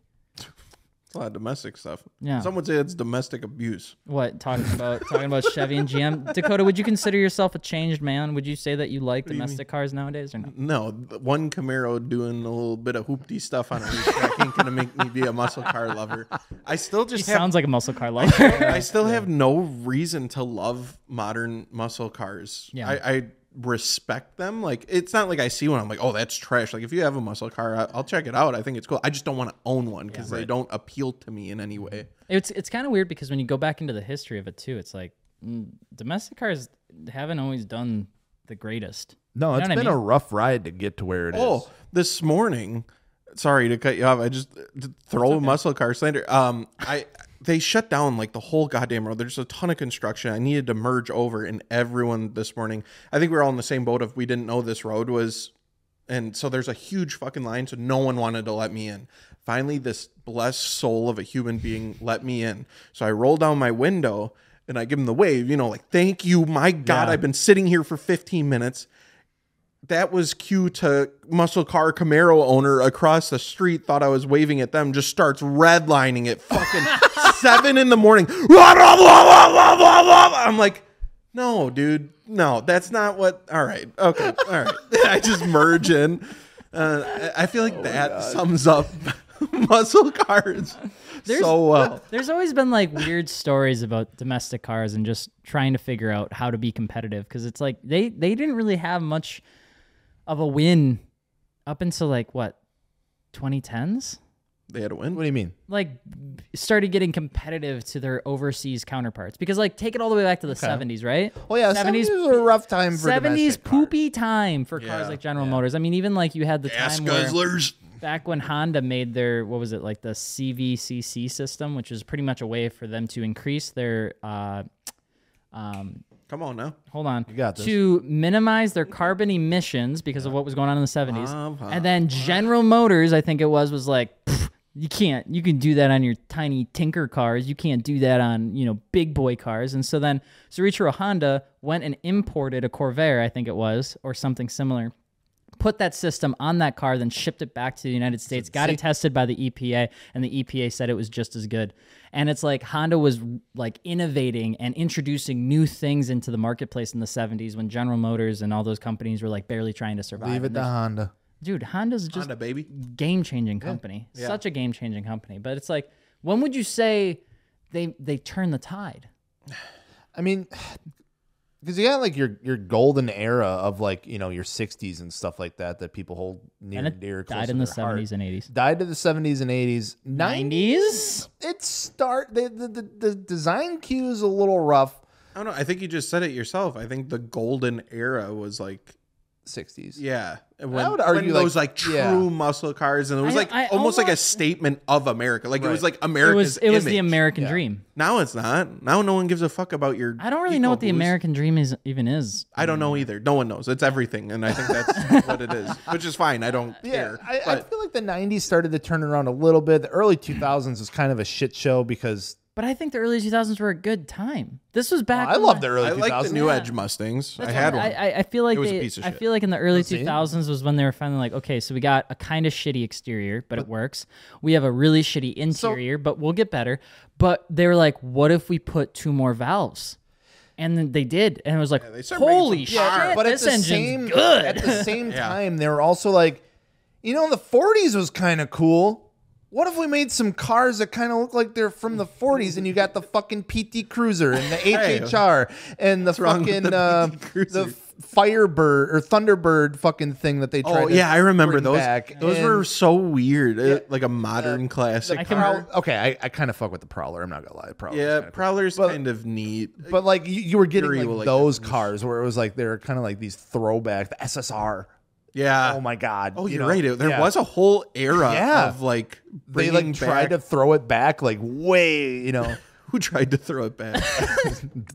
Speaker 1: It's a lot of domestic stuff.
Speaker 2: Yeah.
Speaker 1: Some would say it's domestic abuse.
Speaker 2: What talking about talking about Chevy and GM? Dakota, would you consider yourself a changed man? Would you say that you like domestic cars nowadays or not?
Speaker 1: No, th- one Camaro doing a little bit of hoopty stuff on a racetrack ain't gonna make me be a muscle car lover. I still just have
Speaker 2: Sounds like a muscle car lover.
Speaker 1: I still have no reason to love modern muscle cars.
Speaker 2: Yeah.
Speaker 1: I, I respect them. Like it's not like I see one, I'm like, oh, that's trash. Like if you have a muscle car, I- I'll check it out. I think it's cool. I just don't want to own one because they don't appeal to me in any way.
Speaker 2: it's it's kind of weird because when you go back into the history of it too, it's like mm, domestic cars haven't always done the greatest.
Speaker 3: [LAUGHS] No,
Speaker 2: You
Speaker 3: it's
Speaker 2: know what I
Speaker 3: been a rough ride to get to where it is.
Speaker 1: Oh, this morning. Sorry to cut you off. I just to throw a muscle car slander. Um, I they shut down like the whole goddamn road. There's a ton of construction. I needed to merge over, and everyone this morning. I think we were all in the same boat. If we didn't know this road was, and so there's a huge fucking line. So no one wanted to let me in. Finally, this blessed soul of a human being let me in. So I roll down my window and I give him the wave. You know, like thank you, my god. I've been sitting here for 15 minutes that was cue to muscle car Camaro owner across the street thought I was waving at them, just starts redlining it
Speaker 2: [LAUGHS]
Speaker 1: fucking seven in the morning. Blah, blah, blah, blah, blah, blah, blah. I'm like, no, dude, no, that's not what. All right, okay, all right. [LAUGHS] I just merge in. Uh, I I feel
Speaker 2: Oh
Speaker 1: like that sums up [LAUGHS] muscle cars so well.
Speaker 2: There's always been like weird stories about domestic cars and just trying to figure out how to be competitive because it's like they they didn't really have much of a win up until like what 2010s
Speaker 1: They had a win.
Speaker 3: What do you mean?
Speaker 2: like started getting competitive to their overseas counterparts because like take it all the way back to the 70s right
Speaker 3: Well, Oh, yeah, 70s,
Speaker 2: 70s
Speaker 3: was a rough time for
Speaker 2: 70s
Speaker 3: domestic cars.
Speaker 2: poopy time for cars
Speaker 1: Yeah,
Speaker 2: like General Motors. I mean, even like you had the
Speaker 1: Ass
Speaker 2: time where,
Speaker 1: guzzlers.
Speaker 2: back when Honda made their what was it like the CVCC system, which is pretty much a way for them to increase their uh, um,
Speaker 1: Come on now.
Speaker 2: hold on
Speaker 3: got this.
Speaker 2: to minimize their carbon emissions because of what was going on in the 70s.
Speaker 1: Uh-huh.
Speaker 2: And then General Motors, I think it was, was like. "Pfft, You can't. You can do that on your tiny tinker cars. You can't do that on you know big boy cars. And so then Surichiro Honda went and imported a Corvair, I think it was, or something similar put that system on that car, then shipped it back to the United States, got it tested by the EPA, and the EPA said it was just as good. And it's like Honda was like innovating and introducing new things into the marketplace in the 70s when General Motors and all those companies were like barely trying to survive.
Speaker 3: Leave it
Speaker 2: And
Speaker 3: to
Speaker 2: there's-
Speaker 3: Honda.
Speaker 2: Dude, Honda's just
Speaker 1: Honda, baby.
Speaker 2: game changing company. Such a game changing company. But it's like, when would you say they they turn the tide?
Speaker 3: I mean, because you got like your your golden era of like you know your 60s and stuff like that that people hold near
Speaker 2: And
Speaker 3: and
Speaker 2: it
Speaker 3: dear. close
Speaker 2: died
Speaker 3: to
Speaker 2: in the
Speaker 3: their heart.
Speaker 2: 70s and 80s.
Speaker 3: Died to the 70s and 80s. 90s.
Speaker 2: 90s?
Speaker 3: It start the the, the the design cue is a little rough.
Speaker 1: I don't know. I think you just said it yourself. I think the golden era was like
Speaker 3: 60s.
Speaker 1: Yeah, when,
Speaker 3: would argue,
Speaker 1: when
Speaker 3: like,
Speaker 1: those like true
Speaker 3: yeah.
Speaker 1: muscle cars, and it was
Speaker 2: I-
Speaker 1: like
Speaker 2: I
Speaker 1: almost like a
Speaker 2: almost-
Speaker 1: statement of America. Like it was
Speaker 3: Right.
Speaker 1: like
Speaker 2: It
Speaker 1: America's.
Speaker 2: was it was the
Speaker 1: image.
Speaker 2: American dream.
Speaker 1: Now it's not. Now no one gives a fuck about your.
Speaker 2: I don't really know what the
Speaker 1: eco-boost.
Speaker 2: American dream is even is.
Speaker 1: I don't know either. No one knows. It's everything, and I
Speaker 2: [LAUGHS]
Speaker 1: think that's what it is, which is fine. I don't care.
Speaker 3: I, I
Speaker 1: but
Speaker 3: feel like the 90s started to turn around a little bit. The early 2000s was kind of a shit show because
Speaker 2: But I think the early 2000s were a good time. This was back.
Speaker 3: I
Speaker 2: when
Speaker 3: love
Speaker 2: I-
Speaker 3: the early
Speaker 1: I
Speaker 3: 2000s.
Speaker 1: like the new Edge Mustangs. I had one.
Speaker 2: I, I- I feel like
Speaker 1: It was a
Speaker 2: they-
Speaker 1: piece of
Speaker 2: I
Speaker 1: shit.
Speaker 2: feel like in the early
Speaker 3: See?
Speaker 2: 2000s was when they were finally like, okay, so we got a kind of shitty exterior, but, it works. We have a really shitty interior, but we'll get better. But they were like, what if we put two more valves? and then they did, and it was like,
Speaker 1: they started bringing
Speaker 2: holy shit,
Speaker 1: some power.
Speaker 3: but
Speaker 2: this
Speaker 3: at the
Speaker 2: engine's
Speaker 3: same
Speaker 2: good.
Speaker 3: at
Speaker 2: [LAUGHS]
Speaker 3: the same time they were also like you know the 40s was kind of cool what if we made some cars that kind of look like they're from the 40s and you got the fucking PT Cruiser
Speaker 1: [LAUGHS]
Speaker 3: and the HHR and the
Speaker 1: wrong with
Speaker 3: fucking
Speaker 1: the
Speaker 3: uh,
Speaker 1: PT Cruiser?
Speaker 3: the Firebird or Thunderbird fucking thing that they tried
Speaker 1: Oh
Speaker 3: to
Speaker 1: yeah, I remember
Speaker 3: bring
Speaker 1: those.
Speaker 3: back.
Speaker 1: Those were
Speaker 3: And
Speaker 1: so weird, uh, like a modern classic.
Speaker 2: I can-
Speaker 1: car.
Speaker 3: Prowl- okay, I, I kind of fuck with the Prowler. I'm not gonna lie, the Prowler's
Speaker 1: yeah,
Speaker 3: kinda cool.
Speaker 1: Prowler's
Speaker 3: But-
Speaker 1: kind of neat.
Speaker 3: But like you, you were getting
Speaker 1: Fury
Speaker 3: like,
Speaker 1: will, like,
Speaker 3: those
Speaker 1: have-
Speaker 3: cars where it was like they're kind of like these throwback, the SSR.
Speaker 1: [LAUGHS] yeah.
Speaker 3: Oh my god!
Speaker 1: Oh,
Speaker 3: you
Speaker 1: you're
Speaker 3: know?
Speaker 1: right. There
Speaker 3: Yeah.
Speaker 1: was a whole era
Speaker 3: Yeah.
Speaker 1: of like
Speaker 3: they
Speaker 1: bringing
Speaker 3: like
Speaker 1: back,
Speaker 3: tried to throw it back like way you know
Speaker 1: [LAUGHS] who tried to throw it
Speaker 3: [LAUGHS]
Speaker 1: back.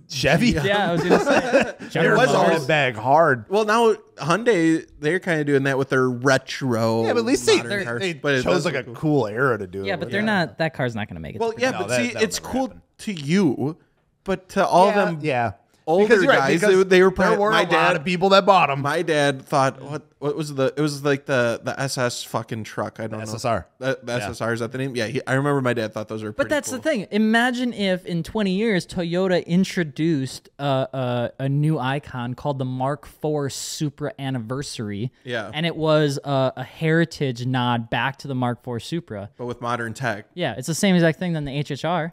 Speaker 3: Chevy
Speaker 2: yeah, I was gonna say. General
Speaker 1: was
Speaker 3: throw
Speaker 2: Motors-
Speaker 1: always-
Speaker 3: it back hard.
Speaker 1: well, now Hyundai they're kind of doing that with their retro.
Speaker 3: Yeah, but at least they,
Speaker 1: modern cars,
Speaker 3: they
Speaker 1: but it does
Speaker 3: chose like
Speaker 1: look
Speaker 3: a cool era to do.
Speaker 2: yeah,
Speaker 3: it
Speaker 2: but
Speaker 3: with.
Speaker 2: they're not. That car's not gonna make it.
Speaker 1: Well, yeah,
Speaker 3: No,
Speaker 1: but
Speaker 3: that-
Speaker 1: see,
Speaker 3: that'll
Speaker 1: it's
Speaker 3: never
Speaker 1: cool
Speaker 3: happen.
Speaker 1: to you, but to all
Speaker 3: yeah.
Speaker 1: them
Speaker 3: Yeah,
Speaker 1: older
Speaker 3: Because you're right,
Speaker 1: guys,
Speaker 3: because
Speaker 1: they, they were
Speaker 3: there
Speaker 1: probably
Speaker 3: were
Speaker 1: my
Speaker 3: a
Speaker 1: dad.
Speaker 3: lot of people that bought them.
Speaker 1: my dad thought what what was the it was like the the SS fucking truck. I don't know
Speaker 3: SSR.
Speaker 1: The, the SSR is that the name? Yeah, he, I remember my dad thought those were.
Speaker 2: But that's the thing. Imagine if in 20 years Toyota introduced a, a, a new icon called the Mark IV Supra Anniversary.
Speaker 1: Yeah.
Speaker 2: And it was a, a heritage nod back to the Mark IV Supra.
Speaker 1: But with modern tech,
Speaker 2: Yeah, it's the same exact thing than the HHR.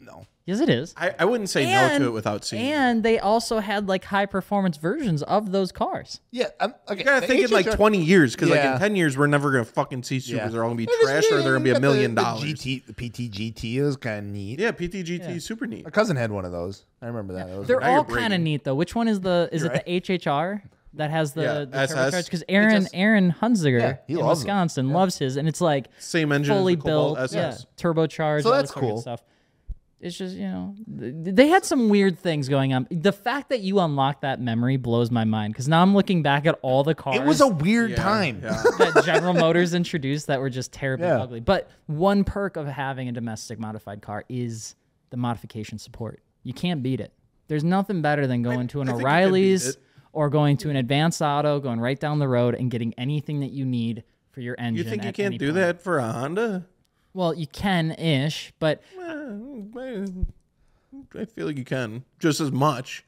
Speaker 3: No,
Speaker 2: Yes, it is.
Speaker 1: I, I wouldn't say no to it without seeing. it.
Speaker 2: And they also had like high performance versions of those cars.
Speaker 3: yeah, I'm, okay.
Speaker 1: You gotta
Speaker 3: the
Speaker 1: think in like
Speaker 3: HHR
Speaker 1: twenty years, because like
Speaker 3: Yeah.
Speaker 1: in ten years we're never gonna fucking see supers.
Speaker 3: Yeah.
Speaker 1: They're all gonna be
Speaker 3: It was-
Speaker 1: trash, or they're gonna be
Speaker 3: yeah,
Speaker 1: a
Speaker 3: the-
Speaker 1: million
Speaker 3: the
Speaker 1: dollars.
Speaker 3: GT, the PTGT is kind of neat.
Speaker 1: Yeah, PTGT is super neat.
Speaker 3: My cousin had one of those. I remember that. That was-
Speaker 2: They're
Speaker 1: now you're
Speaker 2: all kind of
Speaker 1: bragging.
Speaker 2: neat though. Which one is the is it the HHR that has the,
Speaker 1: Yeah,
Speaker 2: the
Speaker 1: SS.
Speaker 2: turbocharged? Because Aaron Aaron Hunziger
Speaker 3: Yeah, he
Speaker 2: in
Speaker 3: loves 'em.
Speaker 2: Wisconsin loves his, and it's like
Speaker 1: Same engine, as
Speaker 2: fully
Speaker 1: the Cobalt
Speaker 2: built, yeah,
Speaker 1: SS.
Speaker 2: turbocharged.
Speaker 3: So
Speaker 2: all
Speaker 3: that's
Speaker 2: this sort of
Speaker 3: cool.
Speaker 2: stuff. It's just you know th- they had some weird things going on. The fact that you unlock that memory blows my mind because now I'm looking back at all the cars.
Speaker 3: it was a weird
Speaker 1: Yeah,
Speaker 3: time.
Speaker 1: [LAUGHS] yeah.
Speaker 2: that General Motors introduced that were just terribly
Speaker 3: Yeah.
Speaker 2: ugly. But one perk of having a domestic modified car is the modification support. You can't beat it. There's nothing better than going to an
Speaker 1: I think you can beat
Speaker 2: O'Reilly's
Speaker 1: it.
Speaker 2: or going to an Advanced Auto, going right down the road and getting anything that you need for your
Speaker 1: You
Speaker 2: engine.
Speaker 1: think you
Speaker 2: at
Speaker 1: can't
Speaker 2: any
Speaker 1: do
Speaker 2: point.
Speaker 1: that for a Honda?
Speaker 2: Well, you can ish, but
Speaker 1: Eh, I feel like you can just as much.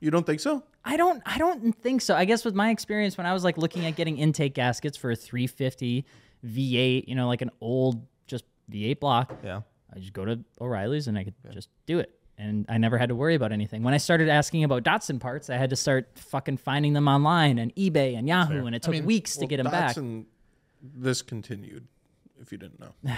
Speaker 1: You don't think so?
Speaker 2: I don't I don't think so. I guess with my experience when I was like looking at getting intake gaskets for a 350 V8, you know, like an old just V8 block.
Speaker 3: Yeah.
Speaker 2: I just go to O'Reilly's and I could just do it. And I never had to worry about anything. When I started asking about Datsun parts, I had to start fucking finding them online and eBay and Yahoo, and it took weeks to get them back.
Speaker 1: Datsun, this continued, if you didn't
Speaker 2: [SIGHS]
Speaker 1: know. yeah.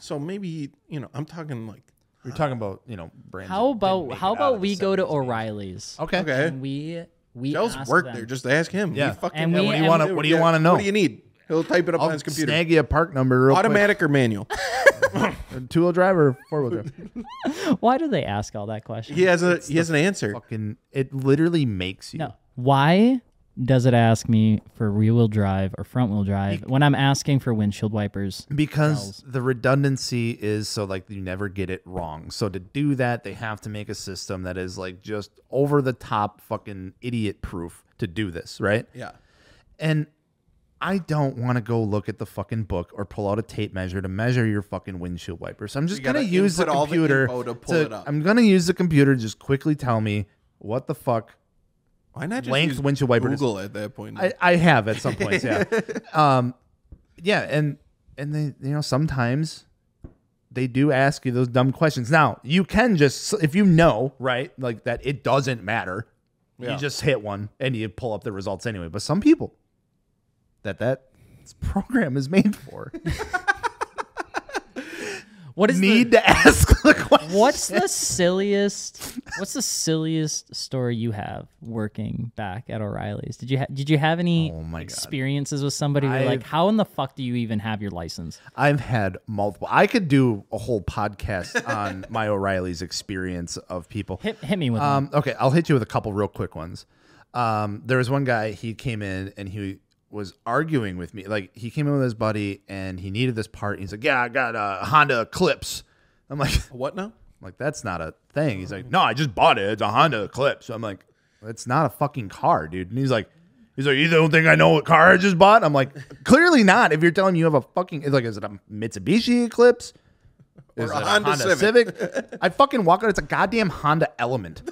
Speaker 1: So maybe you know, I'm talking like
Speaker 3: We're talking about you know brands.
Speaker 2: How
Speaker 3: that didn't
Speaker 2: about
Speaker 3: make
Speaker 2: how
Speaker 3: it out
Speaker 2: about
Speaker 3: of
Speaker 2: we
Speaker 3: the
Speaker 2: go to
Speaker 3: 70s.
Speaker 2: O'Reilly's?
Speaker 3: Okay.
Speaker 1: okay.
Speaker 2: And we we
Speaker 1: Dell's
Speaker 2: ask
Speaker 1: worked
Speaker 2: them.
Speaker 1: there. Just ask him.
Speaker 3: Yeah.
Speaker 1: He fucking
Speaker 2: And
Speaker 3: Yeah,
Speaker 2: we-
Speaker 3: what do
Speaker 2: and
Speaker 3: you want
Speaker 2: we-
Speaker 3: to? What do you
Speaker 1: Yeah,
Speaker 3: want to know?
Speaker 1: What do you need? He'll type it up on
Speaker 3: I'll
Speaker 1: his computer.
Speaker 3: snag you a park number real
Speaker 1: Automatic or manual?
Speaker 3: quick. Two wheel drive or
Speaker 1: [LAUGHS]
Speaker 3: four wheel drive?
Speaker 2: Why do they ask all that question?
Speaker 1: He has a he has an answer.
Speaker 3: Fucking, it literally makes you.
Speaker 2: No. Why does it ask me for rear wheel drive or front wheel drive when I'm asking for windshield wipers?
Speaker 3: Because the redundancy is so like you never get it wrong. So to do that, they have to make a system that is like just over the top fucking idiot proof to do this, right?
Speaker 1: Yeah.
Speaker 3: And I don't want to go look at the fucking book or pull out a tape measure to measure your fucking windshield wiper. So I'm just
Speaker 1: gotta
Speaker 3: gonna use the
Speaker 1: input all the
Speaker 3: computer
Speaker 1: info to pull it up.
Speaker 3: I'm gonna use the computer to just quickly tell me what the fuck
Speaker 1: Why not just
Speaker 3: Length
Speaker 1: use
Speaker 3: windshield wiper is-
Speaker 1: Google at that point?
Speaker 3: I, I have at some points, yeah. um, yeah, and and they you know sometimes they do ask you those dumb questions. Now you can just if you know right like that it doesn't matter.
Speaker 1: Yeah.
Speaker 3: You just hit one and you pull up the results anyway. But some people that that program is made for
Speaker 2: What is
Speaker 3: [LAUGHS]
Speaker 2: the,
Speaker 3: need to ask the question.
Speaker 2: What's the silliest? What's the silliest story you have working back at O'Reilly's? Did you ha- did you have any
Speaker 3: Oh my God.
Speaker 2: experiences with somebody where you're like,
Speaker 3: I've-
Speaker 2: how in the fuck do you even have your license?
Speaker 3: I've had multiple. I could do a whole podcast on my O'Reilly's experience of people.
Speaker 2: Hit hit me with one.
Speaker 3: Um, okay, I'll hit you with a couple real quick ones. Um, there was one guy, he came in and he was arguing with me. Like, he came in with his buddy and he needed this part. He's like, Yeah, I got a Honda Eclipse. I'm like, I'm
Speaker 1: what now?
Speaker 3: like, That's not a thing. He's like, No, I just bought it. It's a Honda Eclipse. I'm like, That's not a fucking car, dude. And he's like, He's like, You don't think I know what car I just bought? I'm like, Clearly not. If you're telling me you have a fucking, it's like, Is it a Mitsubishi Eclipse?
Speaker 1: Or
Speaker 3: Is
Speaker 1: a
Speaker 3: it
Speaker 1: Honda Civic.
Speaker 3: I fucking walk out. It's a goddamn Honda
Speaker 1: [LAUGHS]
Speaker 3: Element.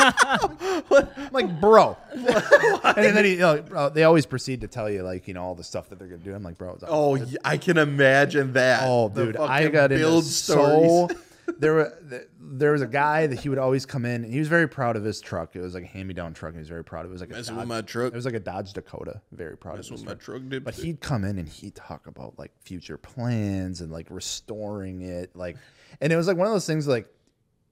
Speaker 3: I'm like, bro. and then he, you know, bro, they always proceed to tell you like you know all the stuff that they're gonna do. I'm like, bro. It's
Speaker 1: Oh, y- I can imagine that.
Speaker 3: Oh,
Speaker 1: The
Speaker 3: dude, I
Speaker 1: fucking
Speaker 3: got into
Speaker 1: build [LAUGHS]
Speaker 3: so. There were th- there was a guy that he would always come in and he was very proud of his truck. It was like a hand me down truck. He was very proud of it. It was like a
Speaker 1: Messing
Speaker 3: Dodge,
Speaker 1: with my truck.
Speaker 3: It was like a Dodge Dakota. Very proud of his
Speaker 1: with my
Speaker 3: truck.
Speaker 1: truck, dude.
Speaker 3: But he'd come in and he'd talk about like future plans and like restoring it, like, and it was like one of those things like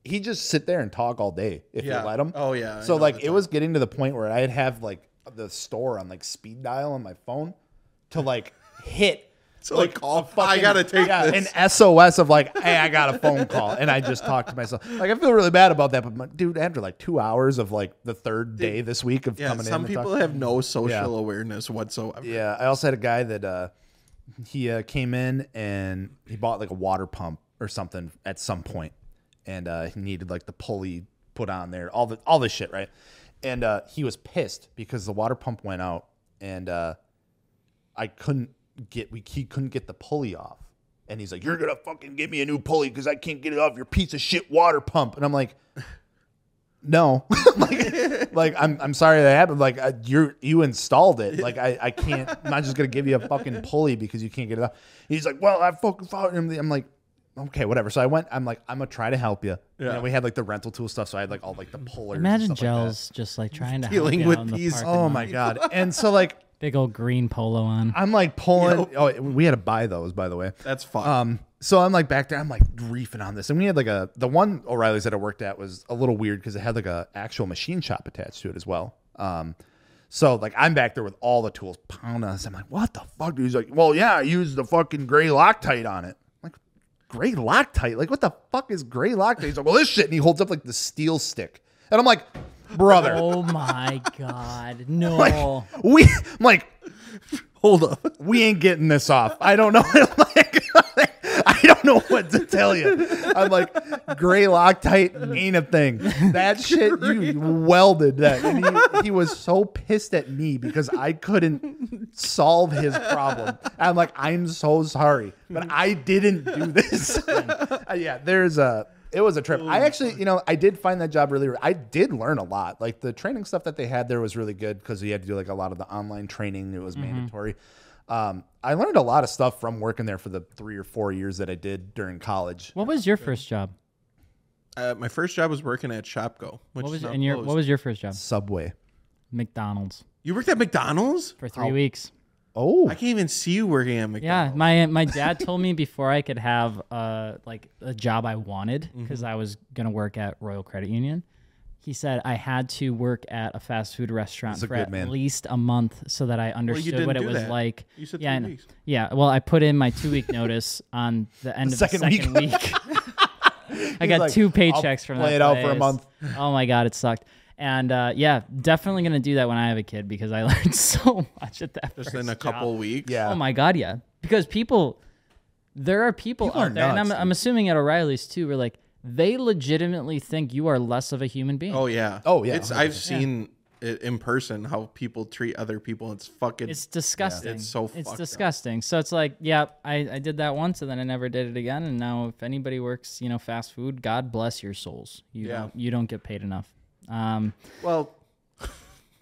Speaker 3: he'd just sit there and talk all day if
Speaker 1: Yeah.
Speaker 3: you let him.
Speaker 1: Oh, yeah, I
Speaker 3: So
Speaker 1: know
Speaker 3: like
Speaker 1: the
Speaker 3: it was getting to the point where I'd have like the store on like speed dial on my phone to like hit
Speaker 1: So, [LAUGHS] like, call- I gotta take
Speaker 3: yeah,
Speaker 1: this.
Speaker 3: an SOS of like, hey, I got a phone call, and I just talked to myself. Like, I feel really bad about that, but my, dude, after like two hours of like the third day this week of
Speaker 1: yeah,
Speaker 3: coming in,
Speaker 1: some
Speaker 3: and talk-
Speaker 1: people have no social
Speaker 3: Yeah.
Speaker 1: awareness whatsoever.
Speaker 3: yeah, I also had a guy that uh, he uh, came in and he bought like a water pump or something at some point, and uh, he needed like the pulley put on there, all the all this shit, right? And uh, he was pissed because the water pump went out, and uh, I couldn't get we he couldn't get the pulley off, and he's like, "You're gonna fucking give me a new pulley because I can't get it off your piece of shit water pump," and I'm like. No, [LAUGHS] like, like I'm, I'm sorry that happened. Like uh, you, you installed it. Like I, I can't. I'm not just gonna give you a fucking pulley because you can't get it up. He's like, well, I fucking found him. I'm like, okay, whatever. So I went. I'm like, I'm gonna try to help you. Yeah.
Speaker 1: Yeah.
Speaker 3: And we had like the rental tool stuff. So I had like all like the pullers. and
Speaker 2: Imagine
Speaker 3: stuff like that.
Speaker 2: Gels just like trying to
Speaker 1: Dealing
Speaker 2: help you
Speaker 1: with
Speaker 2: out in the
Speaker 1: these-
Speaker 2: parking
Speaker 3: oh
Speaker 2: lot.
Speaker 3: my god. And so like
Speaker 2: Big old green polo
Speaker 3: [LAUGHS]
Speaker 2: on.
Speaker 3: I'm like pulling. Oh, we had to buy those by the way.
Speaker 1: That's fun.
Speaker 3: Um, so I'm like back there, I'm like reefing on this, and we had like a the one O'Reilly's that I worked at was a little weird because it had like a actual machine shop attached to it as well. Um, so like I'm back there with all the tools, pounding us. I'm like, what the fuck? dude?" He's like, well, yeah, I used the fucking gray Loctite on it. I'm like, gray Loctite? Like, what the fuck is gray Loctite? He's like, well, this shit, and he holds up like the steel stick, and I'm like, brother,
Speaker 2: Oh my
Speaker 3: [LAUGHS]
Speaker 2: god. No.
Speaker 3: we, I'm like,
Speaker 1: Oh. Hold up.
Speaker 3: [LAUGHS] we ain't getting this off. I don't know. [LAUGHS] like, I don't know what to tell you. I'm like, gray Loctite ain't a thing.
Speaker 1: [LAUGHS]
Speaker 3: That shit, you welded that. And he, he was so pissed at me because I couldn't solve his problem. I'm like, I'm so sorry, but I didn't do this. [LAUGHS] Uh, yeah, there's a. It was a trip.
Speaker 1: Oh
Speaker 3: I actually, you know, I did find that job really. I did learn a lot. Like the training stuff that they had there was really good because you had to do like a lot of the online training. It was
Speaker 1: Mm-hmm.
Speaker 3: mandatory um, I learned a lot of stuff from working there for the three or four years that I did during college.
Speaker 2: What was your first job?
Speaker 1: Uh, my first job was working at Shopko. Which
Speaker 2: What was
Speaker 1: is now
Speaker 2: and your
Speaker 1: closed.
Speaker 2: what was your first job?
Speaker 3: Subway.
Speaker 2: McDonald's
Speaker 1: you worked at McDonald's?
Speaker 2: for 3 weeks.
Speaker 3: Oh,
Speaker 1: I can't even see you working at
Speaker 2: Yeah,
Speaker 1: McDonald's.
Speaker 2: my my dad told me before I could have uh like a job I wanted
Speaker 3: Mm-hmm.
Speaker 2: because I was gonna work at Royal Credit Union. He said I had to work at a fast food restaurant
Speaker 3: He's a
Speaker 2: for
Speaker 3: good
Speaker 2: at
Speaker 3: man.
Speaker 2: least a month so that I understood
Speaker 1: didn't
Speaker 2: what it
Speaker 1: do
Speaker 2: was
Speaker 1: that.
Speaker 2: like.
Speaker 1: You said
Speaker 2: yeah,
Speaker 1: three
Speaker 2: I kn-
Speaker 1: weeks.
Speaker 2: yeah. Well, I put in my two week notice on the end of
Speaker 3: second
Speaker 2: the
Speaker 3: week.
Speaker 2: second week.
Speaker 3: [LAUGHS]
Speaker 2: [LAUGHS] I got
Speaker 3: like,
Speaker 2: two
Speaker 3: "I'll
Speaker 2: paychecks from
Speaker 3: play
Speaker 2: that
Speaker 3: it out for a
Speaker 2: place."
Speaker 3: month.
Speaker 2: [LAUGHS] Oh my god, it sucked. And uh, yeah, definitely gonna do that when I have a kid because I [LAUGHS] learned so much at that.
Speaker 1: Just
Speaker 2: first
Speaker 1: in a
Speaker 2: job.
Speaker 1: couple weeks.
Speaker 3: yeah.
Speaker 2: Oh my god, yeah. Because people, there are people,
Speaker 3: People are
Speaker 2: out there,
Speaker 3: nuts,
Speaker 2: and I'm, I'm assuming at O'Reilly's too, where like they legitimately think you are less of a human being.
Speaker 1: Oh yeah.
Speaker 3: Oh, yeah,
Speaker 1: It's I've seen it in person how people treat other people. It's fucking
Speaker 2: It's disgusting.
Speaker 1: It's so fucked
Speaker 2: it's
Speaker 1: up.
Speaker 2: disgusting. So it's like, yeah, I, I did that once and then I never did it again. And now if anybody works, you know, fast food, God bless your souls. You
Speaker 1: Yeah.
Speaker 2: don't, you don't get paid enough. Um,
Speaker 1: well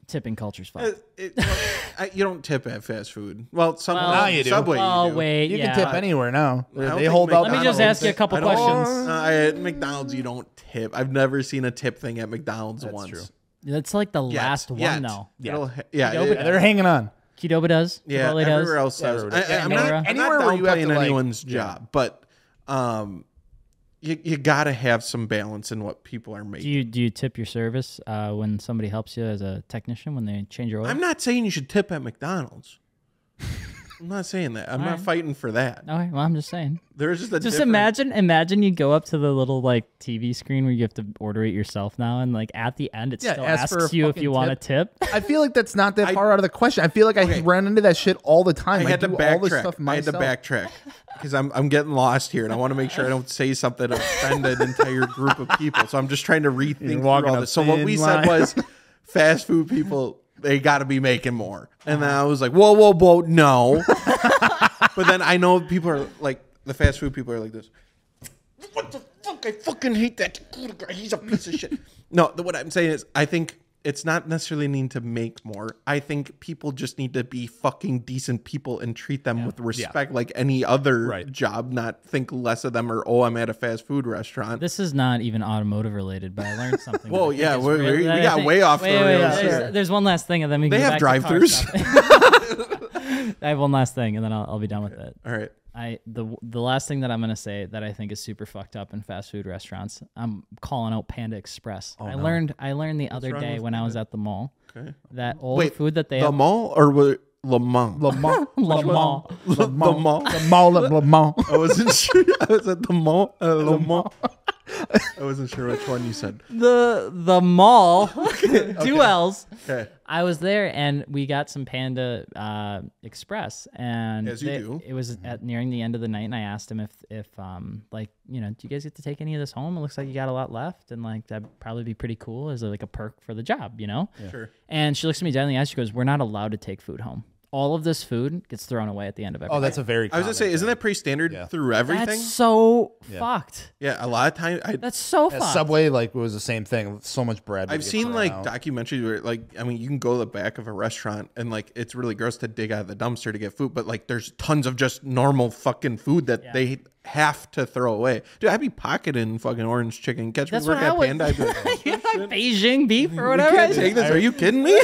Speaker 2: tipping culture's fucked.
Speaker 1: it, it- well, I, you don't tip at fast food. Well, some
Speaker 2: Well-
Speaker 3: Now you do.
Speaker 1: Subway.
Speaker 2: oh
Speaker 1: you do.
Speaker 2: wait,
Speaker 3: you
Speaker 2: yeah.
Speaker 3: can tip anywhere now.
Speaker 1: I don't
Speaker 3: They
Speaker 1: think
Speaker 3: hold out.
Speaker 2: Let me
Speaker 1: McDonald's-
Speaker 2: just ask you a couple
Speaker 1: I don't-
Speaker 2: questions.
Speaker 1: Uh, at McDonald's, you don't tip. I've never seen a tip thing at McDonald's once.
Speaker 3: true.
Speaker 2: That's like the
Speaker 1: Yet.
Speaker 2: last one
Speaker 1: Yet.
Speaker 2: though.
Speaker 3: Yeah.
Speaker 1: It'll ha- yeah.
Speaker 2: Adobe
Speaker 1: it-
Speaker 3: Yeah, they're
Speaker 1: [LAUGHS]
Speaker 3: hanging on.
Speaker 2: Qdoba does.
Speaker 1: Yeah,
Speaker 2: Chipotle does.
Speaker 1: everywhere else. does.
Speaker 3: everywhere
Speaker 1: I,
Speaker 3: does.
Speaker 1: I, am
Speaker 2: Yeah,
Speaker 1: not,
Speaker 2: Andorra.
Speaker 1: I'm
Speaker 3: Anywhere
Speaker 1: not
Speaker 3: where you have to,
Speaker 1: downplaying
Speaker 3: like-
Speaker 1: anyone's job, but um, you, you got to have some balance in what people are
Speaker 2: Do
Speaker 1: making.
Speaker 2: you do you tip your service uh, when somebody helps you as a technician when they change your oil?
Speaker 1: I'm not saying you should tip at McDonald's. I'm not saying that. I'm not fighting for that.
Speaker 2: Okay, well, I'm just saying.
Speaker 1: There's just a
Speaker 2: Just
Speaker 1: different-
Speaker 2: imagine, imagine you go up to the little like TV screen where you have to order it yourself now, and like at the end, it
Speaker 3: Yeah,
Speaker 2: still
Speaker 3: ask for
Speaker 2: asks
Speaker 3: a
Speaker 2: you if
Speaker 3: fucking
Speaker 2: you want a tip.
Speaker 3: I feel like that's not that far out of the question. I feel like I ran into that shit all the time.
Speaker 1: I had to
Speaker 3: do all this stuff
Speaker 1: backtrack. I had to
Speaker 3: myself.
Speaker 1: backtrack because I'm I'm getting lost here, and I want to make sure I don't say something to offend an entire group of people. So I'm just trying to rethink through
Speaker 3: walking
Speaker 1: all
Speaker 3: a
Speaker 1: this. So what
Speaker 3: thin
Speaker 1: we
Speaker 3: line.
Speaker 1: said was, fast food people they got to be making more, and
Speaker 3: Uh-huh.
Speaker 1: then I was like, whoa, whoa, whoa, no. but then I know people are like the fast food people are like this. what the fuck? I fucking hate that Dakota guy. He's a piece of shit. No, the, what I'm saying is, I think it's not necessarily need to make more. I think people just need to be fucking decent people and treat them with respect, like any other
Speaker 3: Right.
Speaker 1: job. Not think less of them or oh, I'm at a fast food restaurant.
Speaker 2: This is not even automotive related, but I learned something. that I
Speaker 1: Whoa,
Speaker 2: [LAUGHS] think
Speaker 1: yeah,
Speaker 2: is
Speaker 1: we're-
Speaker 2: really-
Speaker 1: we- we
Speaker 2: that I
Speaker 1: got
Speaker 2: think-
Speaker 1: way off the rails
Speaker 2: there's,
Speaker 1: here.
Speaker 2: there's one last thing, and then we
Speaker 1: they
Speaker 2: can
Speaker 1: have
Speaker 2: drive
Speaker 1: drive-throughs.
Speaker 2: I have one last thing, and then I'll, I'll be done with it.
Speaker 1: [LAUGHS] All right.
Speaker 2: I the the last thing that I'm gonna say that I think is super fucked up in fast food restaurants. I'm calling out Panda Express. I learned I learned the other
Speaker 1: Oh, wrong
Speaker 2: day
Speaker 1: with
Speaker 2: when I was at the mall
Speaker 1: Okay.
Speaker 2: that old
Speaker 1: Wait,
Speaker 2: food that they
Speaker 1: The
Speaker 2: have
Speaker 1: mall or Le Mans? Le [LAUGHS]
Speaker 3: Lamont.
Speaker 2: Lamont.
Speaker 1: Le Mans.
Speaker 3: The mall
Speaker 1: [LAUGHS]
Speaker 3: at Lamont.
Speaker 1: I wasn't [LAUGHS] sure. I was at the mall. Uh, Le Mans. [LAUGHS] I wasn't sure which one you said.
Speaker 2: the
Speaker 1: [LAUGHS]
Speaker 2: the mall [LAUGHS] two L's.
Speaker 1: Okay.
Speaker 2: I was there and we got some Panda uh, Express and
Speaker 1: As you
Speaker 2: they-
Speaker 1: do.
Speaker 2: it was at nearing the end of the night and I asked him if if um like you know do you guys get to take any of this home? It looks like you got a lot left and like that'd probably be pretty cool as like a perk for the job, you know.
Speaker 1: Sure.
Speaker 2: And she looks at me down the eye. She goes, "We're not allowed to take food home. All of this food gets thrown away at the end of every."
Speaker 3: Oh, that's a very.
Speaker 1: I was gonna say, isn't that pretty standard through
Speaker 2: that's
Speaker 1: Oh, everything?
Speaker 2: so fucked.
Speaker 1: yeah, a lot of time. I,
Speaker 2: That's so
Speaker 3: At
Speaker 2: fucked. [LAUGHS]
Speaker 3: Subway? Like it was the same thing. So much bread. would
Speaker 1: I've
Speaker 3: get
Speaker 1: seen
Speaker 3: thrown
Speaker 1: like
Speaker 3: out.
Speaker 1: documentaries where, like, I mean, you can go to the back of a restaurant and like it's really gross to dig out of the dumpster to get food, but like there's tons of just normal fucking food that they have to throw away. Dude, I'd be pocketing fucking orange chicken. Catch
Speaker 2: That's
Speaker 1: me
Speaker 2: what
Speaker 1: working
Speaker 2: I
Speaker 1: at Panda.
Speaker 2: would. [LAUGHS]
Speaker 1: I'd be like, "Oh,
Speaker 2: yeah, Beijing beef or
Speaker 1: I
Speaker 2: whatever.
Speaker 1: can't take this. Are you kidding me? [LAUGHS]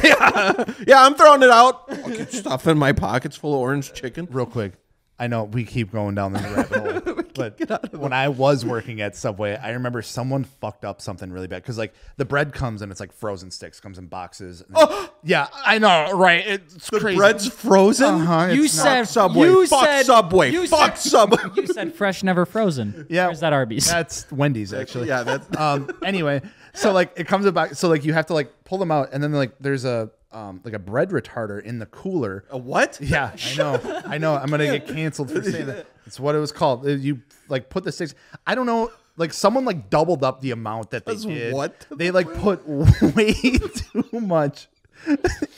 Speaker 1: Yeah, I'm throwing it out. I'll keep stuffing my pockets full of orange chicken.
Speaker 3: real quick. I know we keep going down this
Speaker 1: [LAUGHS]
Speaker 3: rabbit hole, but when I was working at Subway, I remember someone fucked up something really bad because like the bread comes and it's like frozen sticks comes in boxes. and-
Speaker 1: Oh!
Speaker 3: yeah, I know, right? It's crazy.
Speaker 1: Bread's frozen.
Speaker 3: Uh-huh,
Speaker 2: You
Speaker 3: it's not-
Speaker 2: said
Speaker 1: Subway.
Speaker 2: You
Speaker 1: Fuck
Speaker 2: said,
Speaker 1: Subway.
Speaker 2: You
Speaker 1: Fuck
Speaker 2: said,
Speaker 1: Subway. [LAUGHS]
Speaker 2: You said fresh, never frozen.
Speaker 3: Yeah.
Speaker 2: Where's that Arby's?
Speaker 3: [LAUGHS] that's Wendy's actually.
Speaker 1: Yeah, that's
Speaker 3: [LAUGHS] um anyway so like it comes about so like you have to like pull them out and then like there's a um like a bread retarder in the cooler
Speaker 1: [LAUGHS] a what?
Speaker 3: yeah i know i know i'm gonna get canceled for saying that it's what it was called Uh, you like put the sticks i don't know like someone like doubled up the amount that they
Speaker 1: That's
Speaker 3: did
Speaker 1: what?
Speaker 3: they like put [LAUGHS] way too much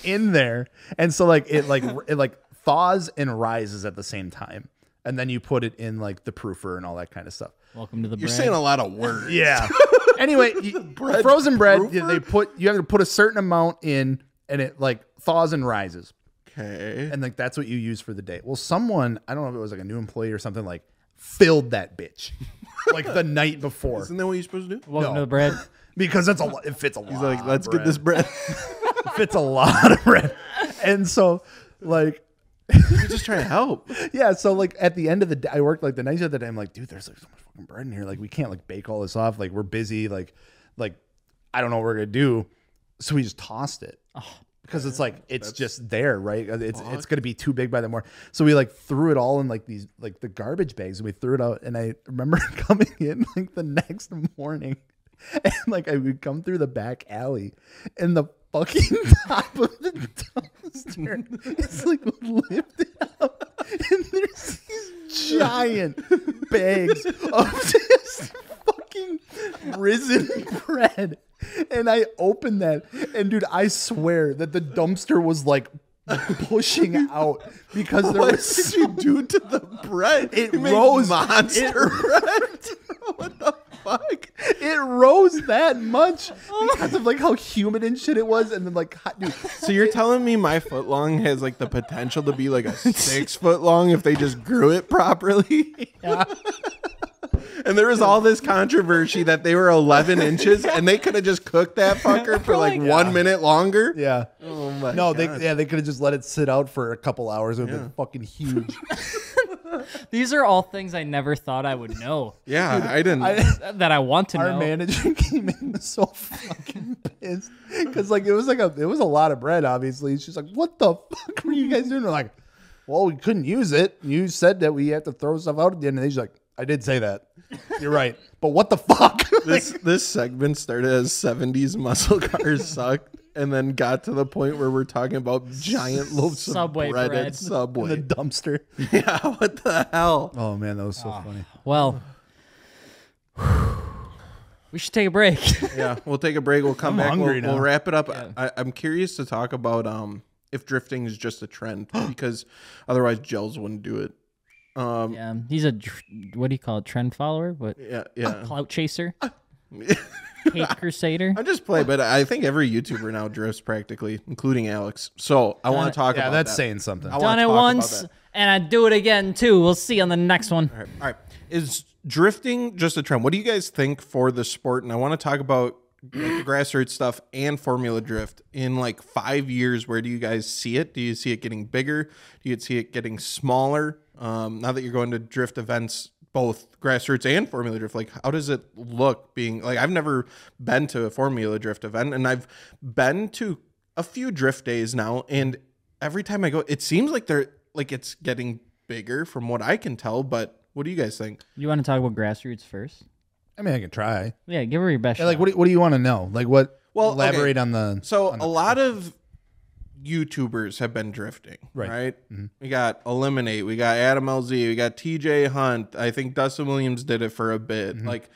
Speaker 3: in there and so like it like r- it like thaws and rises at the same time and then you put it in like the proofer and all that kind of stuff
Speaker 2: Welcome to the
Speaker 1: You're
Speaker 2: bread.
Speaker 1: saying a lot of [LAUGHS] words.
Speaker 3: yeah. [LAUGHS] anyway, you- frozen bread. you- They put you have to put a certain amount in, and it like thaws and rises,
Speaker 1: Okay.
Speaker 3: and like that's what you use for the day. Well, someone I don't know if it was like a new employee or something like filled
Speaker 1: [LAUGHS]
Speaker 3: that bitch like the night before
Speaker 1: Isn't that what you're supposed to do?
Speaker 2: Welcome to
Speaker 3: no.
Speaker 2: the
Speaker 1: [LAUGHS]
Speaker 2: bread.
Speaker 3: because that's a lo- it fits a lot.
Speaker 1: Like,
Speaker 3: of
Speaker 1: let's
Speaker 3: bread.
Speaker 1: get this bread. [LAUGHS]
Speaker 3: It fits a lot of bread, and so like
Speaker 1: We're just trying to help.
Speaker 3: yeah, so like at the end of the day, I worked like the night of the day. I'm like, dude, there's like so much fucking bread in here. Like we can't like bake all this off. Like we're busy. Like like I don't know what we're gonna do. So we just tossed it because it's like it's just there, right? Uh, It's it's gonna be too big by the morning. So we like threw it all in like these like the garbage bags and we threw it out. And I remember [LAUGHS] coming in like the next morning, [LAUGHS] and like I would come through the back alley, and the fucking [LAUGHS] top of the dumpster is like lifted up, and there's these giant bags of [LAUGHS] just fucking risen [LAUGHS] bread. And I opened that, and dude, I swear that the dumpster was like
Speaker 1: [LAUGHS]
Speaker 3: pushing out because there
Speaker 1: What
Speaker 3: was
Speaker 1: did you do to the [LAUGHS] bread?
Speaker 3: It
Speaker 1: You made
Speaker 3: rose.
Speaker 1: monster bread. what the fuck?
Speaker 3: it rose that much because of like how humid and shit it was, and then like hot,
Speaker 1: [LAUGHS]
Speaker 3: dude,
Speaker 1: So you're telling me my foot long has like the potential to be like [LAUGHS] a six foot long if they just grew it properly? [LAUGHS] and there was all this controversy that they were [LAUGHS] 11 inches and they could have just cooked [LAUGHS] that fucker for like one minute longer.
Speaker 3: yeah.
Speaker 1: Oh my
Speaker 3: No, they
Speaker 1: God.
Speaker 3: yeah they could have just let it sit out for a couple hours. It would have been
Speaker 1: [LAUGHS]
Speaker 3: fucking huge.
Speaker 2: These are all things I never thought I would know
Speaker 1: yeah, I didn't.
Speaker 3: I- [LAUGHS]
Speaker 2: that I want to
Speaker 3: Our
Speaker 2: know.
Speaker 3: manager [LAUGHS] came in so [LAUGHS] fucking pissed because like it was like a it was a lot of bread. Obviously, she's like, "What the fuck were you guys doing?" We're like, "Well, we couldn't use it. You said that we have to throw stuff out at the end." And he's like, "I did say that. You're [LAUGHS] right. But what the fuck?" [LAUGHS]
Speaker 1: this this segment started as 70s muscle
Speaker 3: [LAUGHS]
Speaker 1: cars sucked and then got to the point where we're talking about giant loaves
Speaker 2: Subway
Speaker 1: of bread,
Speaker 2: bread.
Speaker 1: at Subway. [LAUGHS]
Speaker 3: the dumpster.
Speaker 1: yeah, what the hell?
Speaker 3: Oh man, that was
Speaker 1: Ah.
Speaker 3: so funny.
Speaker 2: Well, [SIGHS] we should take a break.
Speaker 1: Yeah, we'll take a break. We'll come
Speaker 3: I'm
Speaker 1: back. We'll,
Speaker 3: hungry
Speaker 1: we'll
Speaker 3: now.
Speaker 1: wrap it up. I, I'm curious to talk
Speaker 3: [GASPS]
Speaker 1: about um if drifting is just a trend because otherwise gels wouldn't do it. [LAUGHS] Um,
Speaker 2: Yeah, he's a tr- what do you call it? Trend follower, but
Speaker 1: yeah, yeah.
Speaker 2: clout chaser, [LAUGHS] cake crusader.
Speaker 1: Ah. [LAUGHS] I just play, but I think every YouTuber now drifts practically, including Alex. So I want to talk
Speaker 3: Yeah,
Speaker 1: about
Speaker 3: that's
Speaker 1: that.
Speaker 3: saying something.
Speaker 1: I
Speaker 2: Done
Speaker 1: wanna
Speaker 2: it
Speaker 1: talk about
Speaker 2: once,
Speaker 1: that.
Speaker 2: and I do it again too. We'll see on the next one.
Speaker 1: All right. All right. Is drifting just a trend? What do you guys think for the sport? And I want to talk about like, the grassroots stuff and Formula Drift in like five years. Where do you guys see it? Do you see it getting bigger? Do you see it getting smaller? Um, now that you're going to drift events, both grassroots and Formula Drift, like how does it look being like I've never been to a Formula Drift event and I've been to a few drift days now and every time I go it seems like they're like it's getting bigger from what I can tell, but what do you guys think?
Speaker 2: You want to talk about grassroots first?
Speaker 3: I mean, I can try.
Speaker 2: Yeah, give her your best.
Speaker 3: Yeah,
Speaker 2: shot.
Speaker 3: like, what do, what do you want to know? Like, what?
Speaker 1: Well, okay.
Speaker 3: elaborate on the.
Speaker 1: So a lot of YouTubers have been drifting,
Speaker 3: Right. Mm-hmm.
Speaker 1: right? We got Eliminate, we got Adam LZ, we got TJ Hunt. I think Dustin Williams did it for a bit.
Speaker 3: Mm-hmm.
Speaker 1: Like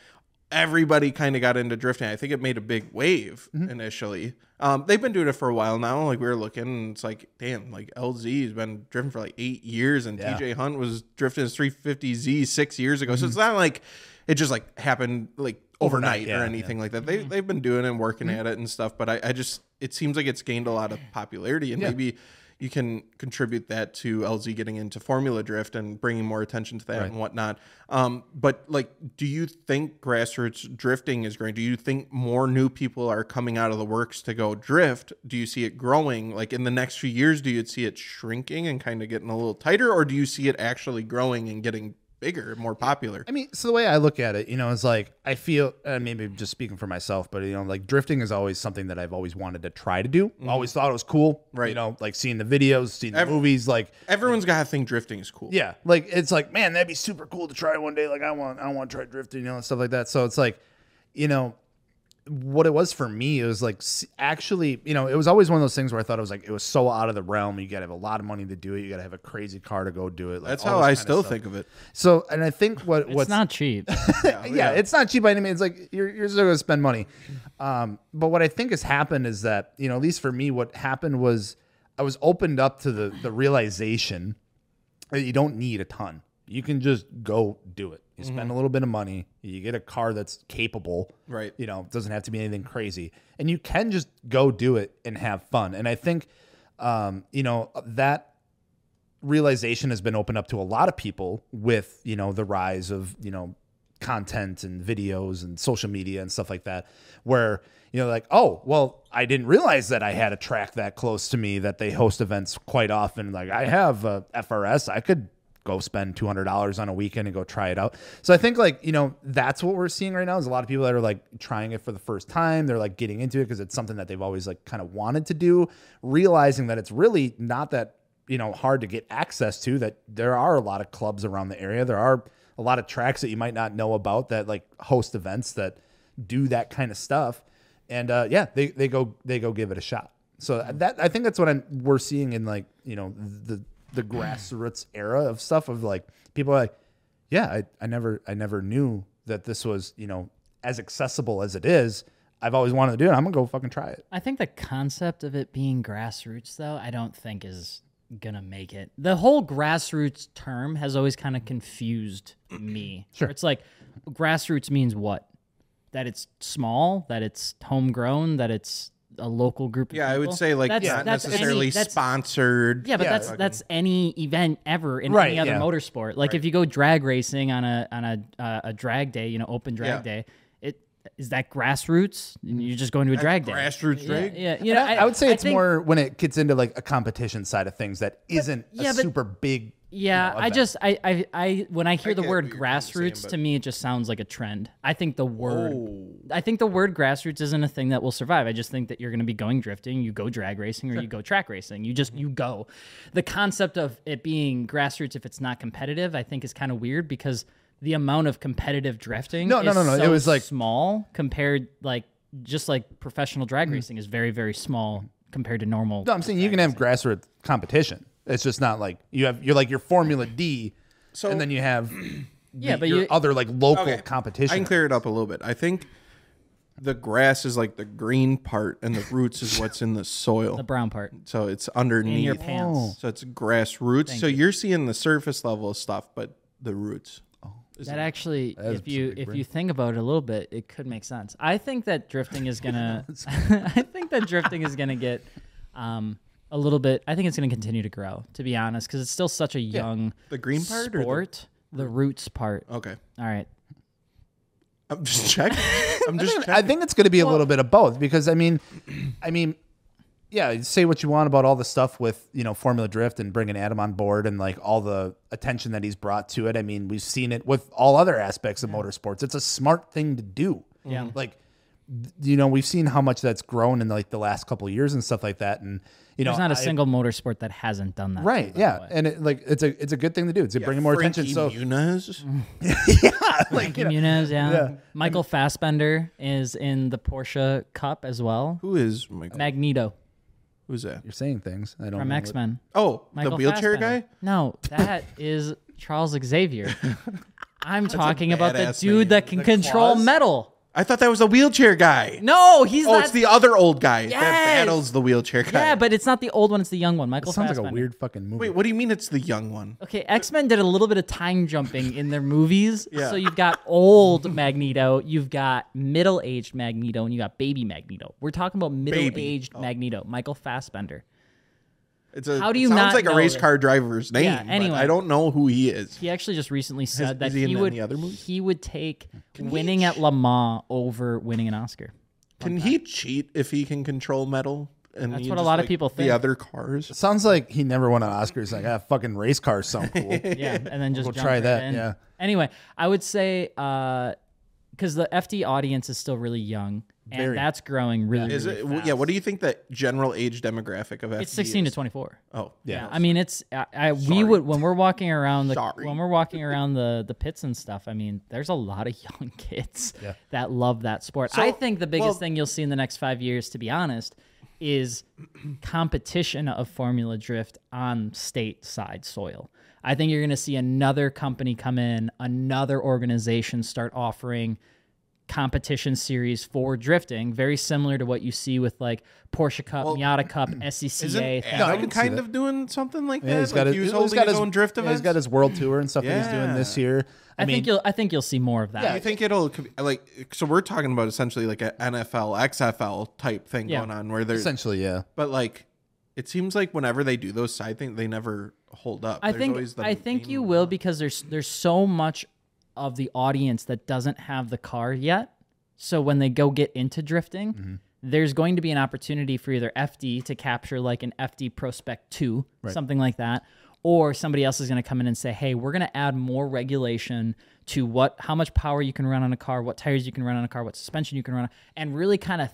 Speaker 1: everybody kind of got into drifting. I think it made a big wave
Speaker 3: Mm-hmm.
Speaker 1: initially. Um, they've been doing it for a while now. Like we were looking, and it's like, damn, like LZ's been drifting for like eight years, and TJ Hunt was drifting his 350Z six years ago. So it's not like it just like happened like overnight,
Speaker 3: Mm-hmm. Overnight, yeah,
Speaker 1: or
Speaker 3: yeah.
Speaker 1: anything anything like that. They
Speaker 3: Mm-hmm.
Speaker 1: they've been doing and working at it and stuff, but I, I just it seems like it's gained a lot of popularity and maybe you can contribute that to LZ getting into Formula Drift and bringing more attention to that and whatnot. Um, but like, do you think grassroots drifting is growing? Do you think more new people are coming out of the works to go drift? Do you see it growing? Like in the next few years, do you see it shrinking and kind of getting a little tighter, or do you see it actually growing and getting bigger, more popular?
Speaker 3: I mean, so the way I look at it, you know, is like I feel uh, maybe just speaking for myself, but you know, like drifting is always something that I've always wanted to try to do. Always thought it was cool, You
Speaker 1: Mm-hmm. Right.
Speaker 3: know, like seeing the videos, seeing the movies, like
Speaker 1: Everyone's got to think drifting is cool.
Speaker 3: yeah, like it's like man, that'd be super cool to try one day. Like I want, I want to try drifting, you know, and stuff like that. So it's like, you know, what it was for me, it was like s- actually, you know, it was always one of those things where I thought it was like it was so out of the realm. You got to have a lot of money to do it. You got to have a crazy car to go do it. Like,
Speaker 1: That's
Speaker 3: all
Speaker 1: how
Speaker 3: this
Speaker 1: I
Speaker 3: kinda
Speaker 1: still
Speaker 3: stuff.
Speaker 1: think of it.
Speaker 3: So, and I think what
Speaker 2: It's
Speaker 3: what's
Speaker 2: not cheap.
Speaker 3: yeah, it's not cheap by any means. It's like you're, you're still going to spend money. Um, but what I think has happened is that, you know, at least for me, what happened was I was opened up to the, the realization that you don't need a ton. You can just go do it. You spend a little bit of money, you get a car that's capable.
Speaker 1: Right.
Speaker 3: You know, it doesn't have to be anything crazy. And you can just go do it and have fun. And I think, um, you know, that realization has been opened up to a lot of people with you know the rise of you know content and videos and social media and stuff like that where you know like oh well i didn't realize that i had a track that close to me that they host events quite often like i have a frs i could go spend $200 on a weekend and go try it out so i think like you know that's what we're seeing right now is a lot of people that are like trying it for the first time they're like getting into it because it's something that they've always like kind of wanted to do realizing that it's really not that you know hard to get access to that there are a lot of clubs around the area there are a lot of tracks that you might not know about that like host events that do that kind of stuff and uh, yeah they, they go they go give it a shot so that i think that's what I'm, we're seeing in like you know the the grassroots era of stuff of like people are like yeah I, I never i never knew that this was you know as accessible as it is i've always wanted to do it i'm gonna go fucking try it
Speaker 2: I think the concept of it being grassroots, though, I don't think is gonna make it. The whole grassroots term has always kind of confused
Speaker 3: [CLEARS THROAT]
Speaker 2: me. Sure, it's like grassroots means what? That it's small, that it's homegrown, that it's a local group. Of
Speaker 1: Yeah, I would
Speaker 2: people?
Speaker 1: say like
Speaker 2: That's-
Speaker 1: not
Speaker 2: that's any-
Speaker 1: necessarily
Speaker 2: that's-
Speaker 1: sponsored.
Speaker 2: Yeah, but
Speaker 3: Yeah,
Speaker 2: that's that's any event ever in
Speaker 3: Right,
Speaker 2: any other
Speaker 3: yeah.
Speaker 2: motorsport. Like if you go drag racing on a on a uh, a drag day, you know, open drag
Speaker 1: Yeah.
Speaker 2: day, it is that grassroots. You're just going to a drag day.
Speaker 1: grassroots drag?
Speaker 2: Yeah, yeah. You know,
Speaker 3: I, I would say it's
Speaker 2: think-
Speaker 3: more when it gets into like a competition side of things that isn't
Speaker 2: yeah,
Speaker 3: a
Speaker 2: but-
Speaker 3: super big.
Speaker 2: Yeah, I
Speaker 3: event.
Speaker 2: just I, I I when I hear the
Speaker 1: get
Speaker 2: word
Speaker 1: what you're kinda saying,
Speaker 2: grassroots,
Speaker 1: but-
Speaker 2: to me it just sounds like a trend. I think the word
Speaker 1: Oh.
Speaker 2: I think the word grassroots isn't a thing that will survive. I just think that you're going to be going drifting, you go drag racing, or you go track racing. You
Speaker 3: Mm-hmm.
Speaker 2: just you go. The concept of it being grassroots if it's not competitive, I think, is kind of weird because the amount of competitive drifting
Speaker 3: No, no,
Speaker 2: is
Speaker 3: no, no. It
Speaker 2: so
Speaker 3: was like-
Speaker 2: small compared like just like professional drag racing is very very small compared to normal.
Speaker 3: Mm. No, I'm saying you can have grassroots competition. It's just not like you have you're like your Formula D,
Speaker 1: So-
Speaker 3: and then you have
Speaker 2: [CLEARS THROAT] yeah, but
Speaker 3: your
Speaker 2: you,
Speaker 3: other like local
Speaker 1: Okay. I
Speaker 3: competition.
Speaker 1: can clear it up a little bit. I think the grass is like the green part, and the roots is what's in the soil.
Speaker 2: The brown part
Speaker 1: so it's
Speaker 2: in your
Speaker 1: underneath.
Speaker 2: pants.
Speaker 1: So it's grassroots. so you. are seeing the surface level stuff, but the roots.
Speaker 2: That actually,
Speaker 3: is
Speaker 2: if you
Speaker 3: pretty
Speaker 2: if
Speaker 3: grim.
Speaker 2: you think about it a little bit, it could make sense. I think that drifting is gonna. [LAUGHS] I think that drifting is gonna get um, a little bit. I think it's gonna continue to grow. To be honest, because it's still such a young
Speaker 1: The Oh. green part or
Speaker 2: sport. The roots part.
Speaker 1: the, okay.
Speaker 2: All right.
Speaker 1: I'm just checking. I'm just checking.
Speaker 3: I think it's going to be a little bit of both because I mean, I mean, yeah, say what you want about all the stuff with you know Formula Drift and bringing Adam on board and like all the attention that he's brought to it. I mean, we've seen it with all other aspects of motorsports. It's a smart thing to do.
Speaker 2: Yeah.
Speaker 3: like th- you know, we've seen how much that's grown in like the last couple of years and stuff like that. And you know,
Speaker 2: There's not a
Speaker 3: I-
Speaker 2: single motorsport that hasn't done that.
Speaker 3: right, yeah, and it, like it's a it's a good thing to do. It's bringing more attention.
Speaker 1: Frankie
Speaker 3: So
Speaker 1: Muniz?
Speaker 2: Mm-hmm.
Speaker 3: yeah, like you know,
Speaker 2: Munez, yeah. Michael Fassbender is in the Porsche Cup as well.
Speaker 1: who is oh Michael?
Speaker 2: Magneto
Speaker 1: Who's that?
Speaker 3: you're saying things I don't
Speaker 2: from
Speaker 3: know what-
Speaker 2: X Men.
Speaker 1: Oh,
Speaker 2: Michael
Speaker 1: the wheelchair
Speaker 2: Fassbender.
Speaker 1: guy.
Speaker 2: No, that is Charles Xavier.
Speaker 1: [LAUGHS]
Speaker 2: I'm talking about the
Speaker 1: badass
Speaker 2: dude
Speaker 1: name.
Speaker 2: that can control
Speaker 3: claws?
Speaker 2: metal.
Speaker 1: I thought that was the wheelchair guy.
Speaker 2: No, he's
Speaker 1: Oh,
Speaker 2: not.
Speaker 1: it's the other old guy
Speaker 2: Yes!
Speaker 1: that battles the wheelchair guy.
Speaker 2: yeah, but it's not the old one. It's the young one. Michael
Speaker 3: Sounds like a
Speaker 2: Fassbender.
Speaker 3: weird fucking movie.
Speaker 1: Wait, what do you mean it's the young one?
Speaker 2: Okay, X Men did a little bit of time jumping in their movies.
Speaker 1: [LAUGHS] Yeah.
Speaker 2: So you've got old Magneto, you've got middle aged Magneto, and you got baby Magneto. We're talking about middle aged
Speaker 1: Oh.
Speaker 2: Magneto, Michael Fassbender.
Speaker 1: It's a,
Speaker 2: How do
Speaker 1: it
Speaker 2: you
Speaker 1: sounds
Speaker 2: not
Speaker 1: like a
Speaker 2: know
Speaker 1: race
Speaker 2: this?
Speaker 1: car driver's name.
Speaker 2: Yeah,
Speaker 1: but
Speaker 2: anyway.
Speaker 1: I don't know who he is.
Speaker 2: He actually just recently said that
Speaker 1: is he
Speaker 2: he,
Speaker 1: in any
Speaker 2: would
Speaker 1: other movies?
Speaker 2: he would take winning at Le Mans over winning an Oscar.
Speaker 1: Can he cheat if he can control metal? And
Speaker 2: That's
Speaker 1: he
Speaker 2: what a
Speaker 1: just,
Speaker 2: lot of
Speaker 1: like,
Speaker 2: people think.
Speaker 1: The other cars.
Speaker 3: Sounds like he never won an Oscar. He's like, ah, fucking race
Speaker 1: [LAUGHS]
Speaker 3: cars sound cool.
Speaker 2: Yeah, and then just
Speaker 3: We'll
Speaker 2: jump
Speaker 3: try
Speaker 2: right
Speaker 3: that,
Speaker 2: in.
Speaker 3: yeah.
Speaker 2: Anyway, I would say because the FD audience is still really young, and
Speaker 3: Very.
Speaker 2: that's growing really.
Speaker 1: Is
Speaker 2: really
Speaker 1: it?
Speaker 2: fast.
Speaker 1: Yeah. What do you think that general age demographic of FD
Speaker 2: It's sixteen
Speaker 1: is?
Speaker 2: to twenty four.
Speaker 1: Oh,
Speaker 2: Yeah, I mean it's I, I we
Speaker 1: Sorry.
Speaker 2: would when we're walking around the
Speaker 1: Sorry.
Speaker 2: when we're walking around the the pits and stuff. I mean, there's a lot of [LAUGHS] young kids that love that sport. I think the biggest
Speaker 1: well-
Speaker 2: thing you'll see in the next five years, to be honest, is competition of Formula Drift on stateside soil. I think you're going to see another company come in, another organization start offering competition series for drifting, very similar to what you see with like Porsche Cup, Miata
Speaker 1: [CLEARS THROAT]
Speaker 2: Cup, E
Speaker 1: Isn't
Speaker 2: SCCA. things
Speaker 1: Adam
Speaker 3: can see
Speaker 1: kind
Speaker 3: that.
Speaker 1: of doing something like that?
Speaker 3: Yeah, he's
Speaker 1: Like,
Speaker 3: got his,
Speaker 1: he was
Speaker 3: he's
Speaker 1: holding
Speaker 3: got
Speaker 1: his,
Speaker 3: his
Speaker 1: own drift
Speaker 3: yeah,
Speaker 1: event.
Speaker 3: he's got his world tour and stuff that he's doing
Speaker 1: Yeah.
Speaker 3: this year. I,
Speaker 2: I,
Speaker 3: mean,
Speaker 2: think you'll I think you'll see more of that.
Speaker 1: I think it'll co- like so we're talking about essentially like a NFL XFL type thing
Speaker 2: Yeah.
Speaker 1: going on where there's
Speaker 3: essentially, yeah.
Speaker 1: but like it seems like whenever they do those side things they never hold up.
Speaker 2: I
Speaker 1: There's
Speaker 2: think
Speaker 1: always the
Speaker 2: I think
Speaker 1: main-
Speaker 2: you will because there's there's so much of the audience that doesn't have the car yet. So when they go get into drifting,
Speaker 1: Mm-hmm.
Speaker 2: there's going to be an opportunity for either FD to capture like an FD Prospect 2, something like that, or somebody else is going to come in and say, "Hey, we're going to add more regulation to what how much power you can run on a car, what tires you can run on a car, what suspension you can run on, and really kind of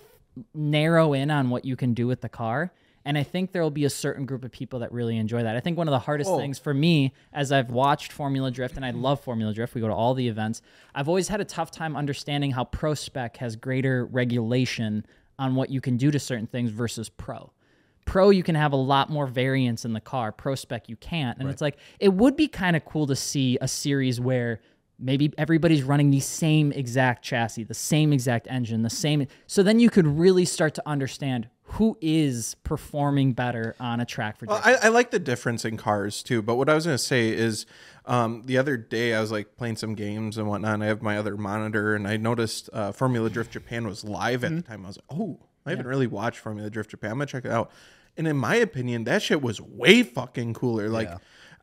Speaker 2: narrow in on what you can do with the car." And I think there will be a certain group of people that really enjoy that. I think one of the hardest things for me, as I've watched Formula Drift, and I love Formula Drift, we go to all the events, I've always had a tough time understanding how Pro Spec has greater regulation on what you can do to certain things versus Pro. Pro, you can have a lot more variance in the car. Pro Spec, you can't. And it's like, it would be kind of cool to see a series where maybe everybody's running the same exact chassis, the same exact engine, the same. So then you could really start to understand who is performing better on a track for
Speaker 1: Well,
Speaker 2: different.
Speaker 1: I, I like the difference in cars too, but what I was gonna say is, um, the other day I was like playing some games and whatnot. And I have my other monitor, and I noticed uh, Formula Drift Japan was live at
Speaker 2: Mm-hmm.
Speaker 1: the time. I was like, oh, I haven't really watched Formula Drift Japan. I'm gonna check it out. And in my opinion, that shit was way fucking cooler. Like,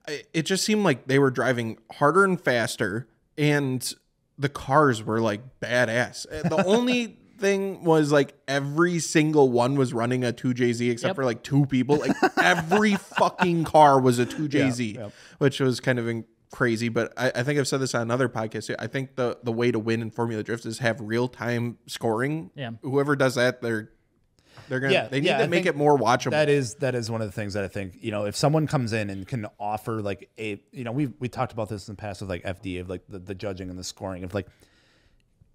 Speaker 1: I, it just seemed like they were driving harder and faster, and the cars were like badass. Uh,
Speaker 3: [LAUGHS]
Speaker 1: The only thing was like every single one was running a 2JZ except
Speaker 2: Yep.
Speaker 1: for like two people. Like
Speaker 3: [LAUGHS]
Speaker 1: every fucking car was a 2JZ, which was kind of in- crazy. But I, I think I've said this on another podcast. too. I think the, the way to win in Formula Drift is have real time scoring.
Speaker 2: Yeah.
Speaker 1: Whoever does that, they're. They're gonna.
Speaker 3: Yeah,
Speaker 1: they need
Speaker 3: yeah,
Speaker 1: to
Speaker 3: I
Speaker 1: make
Speaker 3: think
Speaker 1: it more watchable.
Speaker 3: That is that is one of the things that I think you know if someone comes in and can offer like a you know we we talked about this in the past with like FD of like the, the judging and the scoring of like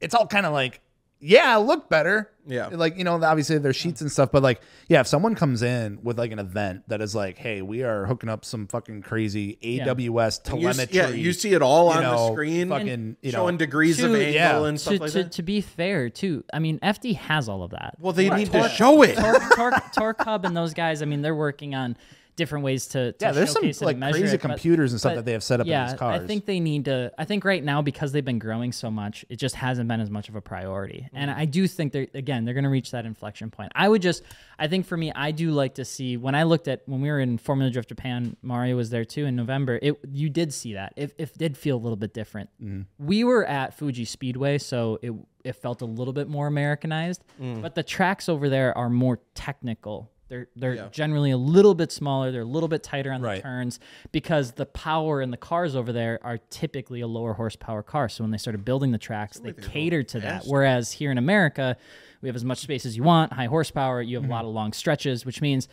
Speaker 3: it's all kind of like yeah, I look better.
Speaker 1: Yeah.
Speaker 3: Like, you know, obviously there's sheets and stuff, but like, yeah, if someone comes in with like an event that is like, hey, we are hooking up some fucking crazy AWS
Speaker 1: You s-
Speaker 3: telemetry.
Speaker 1: yeah, you see it all
Speaker 3: you
Speaker 1: on
Speaker 3: know,
Speaker 1: the screen,
Speaker 3: fucking, you know,
Speaker 1: showing degrees of
Speaker 2: to-
Speaker 1: angle
Speaker 3: yeah.
Speaker 1: and stuff
Speaker 2: to,
Speaker 1: like
Speaker 2: to,
Speaker 1: that.
Speaker 2: to be fair, too, I mean, FD has all of that.
Speaker 1: well, they need to show
Speaker 3: [LAUGHS]
Speaker 1: it.
Speaker 2: Torque, Torque, Torque Hub and those guys, I mean, they're working on different ways to, to
Speaker 3: yeah, there's some
Speaker 2: showcase it
Speaker 3: like
Speaker 2: and measure
Speaker 3: crazy
Speaker 2: it, but-
Speaker 3: computers and stuff
Speaker 2: but
Speaker 3: that they have set up
Speaker 2: yeah,
Speaker 3: in these cars.
Speaker 2: I think they need to. I think right now because they've been growing so much, it just hasn't been as much of a priority. And
Speaker 3: Mm.
Speaker 2: I do think they're again they're going to reach that inflection point. I would just, I think for me, I do like to see when I looked at when we were in Formula Drift Japan, Mario was there too in November. It you did see that. It, it did feel a little bit different.
Speaker 3: Mm.
Speaker 2: We were at Fuji Speedway, so it it felt a little bit more Americanized. But the tracks over there are more technical. They're, they're generally a little bit smaller. They're a little bit tighter on the
Speaker 3: Right.
Speaker 2: turn turns because the power in the cars over there are typically a lower horsepower car. So when they started building the tracks, they catered to that. Whereas here in America, we have as much space as you want, high horsepower, you have a lot of long stretches, which means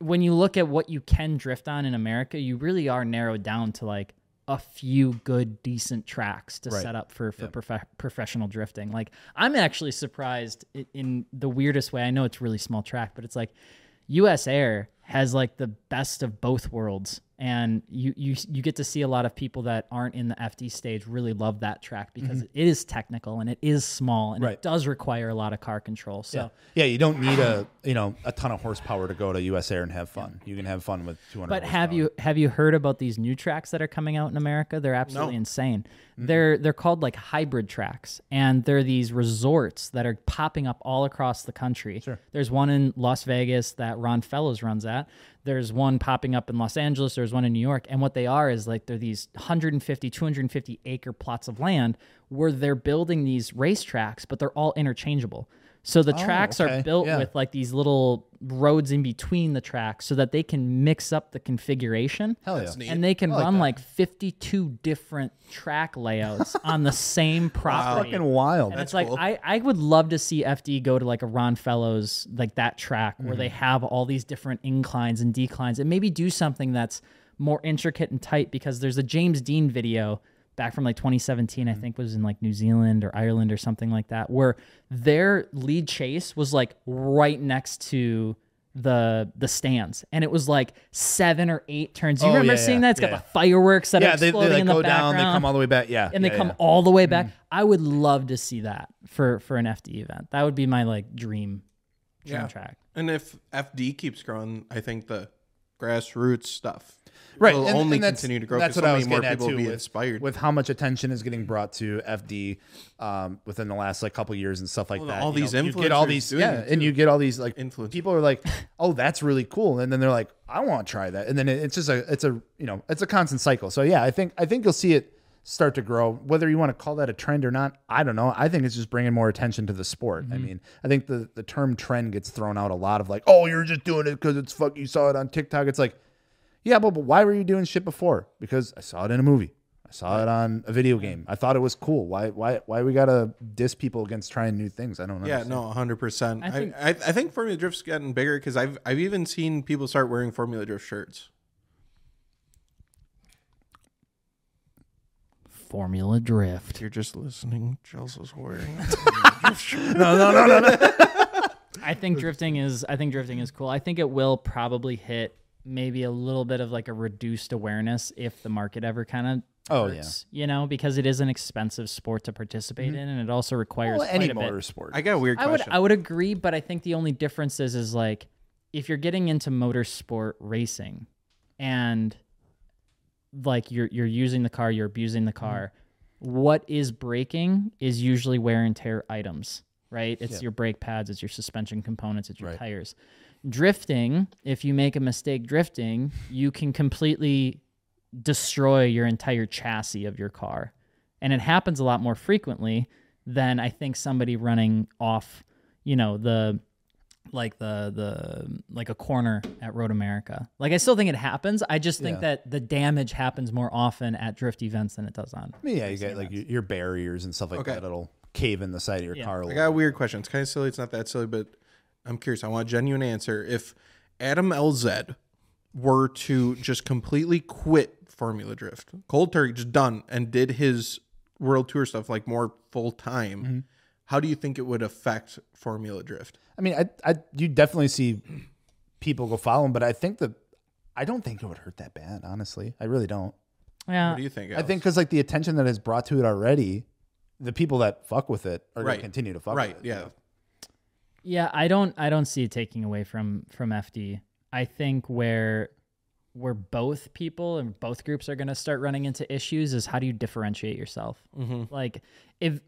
Speaker 2: when you look at what you can drift on in America, you really are narrowed down to like a few good, decent tracks to set up for for profe- professional drifting. Like I'm actually surprised i- in the weirdest way. I know it's really small track, but it's like U.S. Air has like the best of both worlds, and you you you get to see a lot of people that aren't in the FD stage really love that track because it is technical and it is small and
Speaker 3: Mm-hmm. Right.
Speaker 2: it does require a lot of car control. So.
Speaker 3: yeah, you don't need [CLEARS THROAT] a you know a ton of horsepower to go to US Air and have fun. You can have fun with 200.
Speaker 2: But have
Speaker 3: horsepower.
Speaker 2: you have you heard about these new tracks that are coming out in America? They're absolutely insane. They're they're called like hybrid tracks, and they're these resorts that are popping up all across the country. There's one in Las Vegas that Ron Fellows runs at. There's one popping up in Los Angeles. There's one in New York. And what they are is like they're these 150, 250 acre plots of land where they're building these racetracks, but they're all interchangeable. So the tracks
Speaker 3: Oh, okay.
Speaker 2: are built
Speaker 3: Yeah.
Speaker 2: with like these little roads in between the tracks so that they can mix up the configuration.
Speaker 3: Hell yeah.
Speaker 1: That's neat.
Speaker 2: And they can
Speaker 3: like
Speaker 2: run
Speaker 3: that.
Speaker 2: like 52 different
Speaker 1: [LAUGHS]
Speaker 2: track layouts on the same property.
Speaker 3: Fucking wild.
Speaker 2: And it's like
Speaker 1: cool.
Speaker 2: I, I would love to see FD go to like a Ron Fellows like that track where
Speaker 3: Mm-hmm.
Speaker 2: they have all these different inclines and declines and maybe do something that's more intricate and tight because there's a James Dean video back from like 2017
Speaker 3: Mm-hmm.
Speaker 2: I think was in like New Zealand or Ireland or something like that where their lead chase was like right next to the the stands and it was like seven or eight turns. Do you
Speaker 3: Oh,
Speaker 2: remember
Speaker 3: yeah,
Speaker 2: seeing
Speaker 3: yeah,
Speaker 2: that? It's got
Speaker 3: yeah.
Speaker 2: the fireworks that are
Speaker 3: yeah, they,
Speaker 2: exploding
Speaker 3: they like
Speaker 2: in the
Speaker 3: go down,
Speaker 2: background
Speaker 3: they come all the way back. Yeah,
Speaker 2: and they
Speaker 3: yeah,
Speaker 2: come
Speaker 3: yeah. Mm.
Speaker 2: all the way back. I would love to see that for for an FD event. That would be my like dream dream
Speaker 1: Yeah.
Speaker 2: track.
Speaker 1: And if FD keeps growing, I think the grassroots stuff
Speaker 3: right
Speaker 1: will
Speaker 3: and-
Speaker 1: only
Speaker 3: and that's-
Speaker 1: continue to grow
Speaker 3: that's
Speaker 1: because so
Speaker 3: what I
Speaker 1: many
Speaker 3: was
Speaker 1: more
Speaker 3: getting at,
Speaker 1: people will
Speaker 3: too,
Speaker 1: be
Speaker 3: with-
Speaker 1: inspired.
Speaker 3: with how much attention is getting brought to fd um, within the last like couple years and stuff like that
Speaker 1: all
Speaker 3: you
Speaker 1: these
Speaker 3: know, you get all
Speaker 1: influencers
Speaker 3: these
Speaker 1: doing
Speaker 3: yeah
Speaker 1: it,
Speaker 3: and you get all these like
Speaker 1: Influencers.
Speaker 3: people are like oh that's really cool and then they're like i want to try that and then it- it's just a it's a you know it's a constant cycle so yeah i think i think you'll see it start to grow whether you want to call that a trend or not i don't know i think it's just bringing more attention to the sport
Speaker 1: Mm-hmm.
Speaker 3: i mean i think the the term trend gets thrown out a lot of like oh you're just doing it because it's fuck you saw it on tiktok it's like yeah, but, but why were you doing shit before? Because I saw it in a movie. I saw it on a video game. I thought it was cool. Why why why we gotta diss people against trying new things? I don't know.
Speaker 1: Yeah, no, 100%. I
Speaker 2: think-
Speaker 1: I, I, think Formula Drift's gotten bigger because I've, I've even seen people start wearing Formula Drift shirts.
Speaker 2: Formula Drift.
Speaker 1: You're just listening. Chelsea's [LAUGHS] wearing.
Speaker 2: I think drifting is I think drifting is cool. I think it will probably hit maybe a little bit of like a reduced awareness if the market ever kind of
Speaker 3: Oh, yeah. Mm-hmm.
Speaker 2: you know because it is an expensive sport to participate in and it also requires
Speaker 3: Well, any
Speaker 2: quite a bit.
Speaker 3: motorsport.
Speaker 1: I got a weird
Speaker 2: I would
Speaker 1: question.
Speaker 2: I would agree, but I think the only difference is is like if you're getting into motorsport racing and like you're you're using the car, you're abusing
Speaker 1: Mm-hmm.
Speaker 2: the car, what is breaking is usually wear and tear items, right? It's your brake pads, it's your suspension components, it's your tires. Drifting, if you make a mistake drifting, you can completely destroy your entire chassis of your car. And it happens a lot more frequently than I think somebody running off, you know, the like the the like a corner at Road America. Like I still think it happens. I just think that the damage happens more often at drift events than it does on.
Speaker 3: I mean, yeah, you got like your, your barriers and stuff like
Speaker 1: Okay.
Speaker 3: that. It'll cave in the side of your car. a
Speaker 1: I
Speaker 3: little.
Speaker 1: got a weird question. It's kind of silly. It's not that silly, but I'm curious. I want a genuine answer. If Adam LZ were to just completely quit Formula Drift,
Speaker 3: Mm-hmm.
Speaker 1: cold turkey, just done, and did his world tour stuff like more full time, How do you think it would affect Formula Drift?
Speaker 3: I mean, I, I, you definitely see people go follow him, but I think that I don't think it would hurt that bad. Honestly, I really don't.
Speaker 2: Yeah.
Speaker 1: What do you think?
Speaker 3: I
Speaker 1: Alex?
Speaker 3: think because like the attention that is brought to it already, the people that fuck with it are
Speaker 1: Right.
Speaker 3: gonna continue to fuck
Speaker 1: right.
Speaker 3: with it.
Speaker 1: Yeah.
Speaker 2: Yeah, I don't I don't see it taking away from from FD. I think where where both people and both groups are going to start running into issues is how do you differentiate yourself? Like if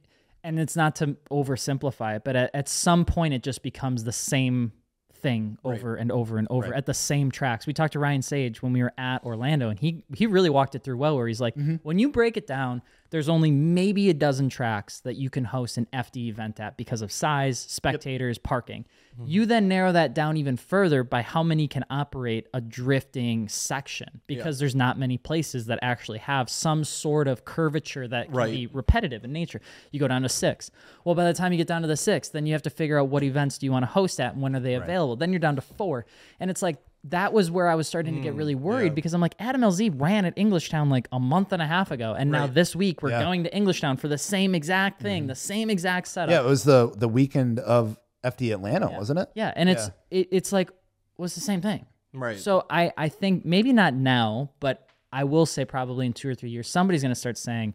Speaker 2: and it's not to oversimplify it, but at, at some point it just becomes the same thing over and over and over at the same tracks. We talked to Ryan Sage when we were at Orlando and he he really walked it through well where he's like when you break it down there's only maybe a dozen tracks that you can host an FD event at because of size, spectators, parking. You then narrow that down even further by how many can operate a drifting section because there's not many places that actually have some sort of curvature that can
Speaker 1: Right.
Speaker 2: be repetitive in nature. You go down to six. Well, by the time you get down to the six, then you have to figure out what events do you want to host at and when are they available. Then you're down to four. And it's like, that was where I was starting to get really worried because I'm like, Adam LZ ran at Englishtown like a month and a half ago. And now this week we're going to Englishtown for the same exact thing, the same exact setup.
Speaker 3: Yeah, it was the the weekend of FD Atlanta, wasn't it?
Speaker 2: Yeah, and it's It, it's like was the same thing.
Speaker 1: Right.
Speaker 2: So I I think maybe not now, but I will say probably in two or three years somebody's going to start saying,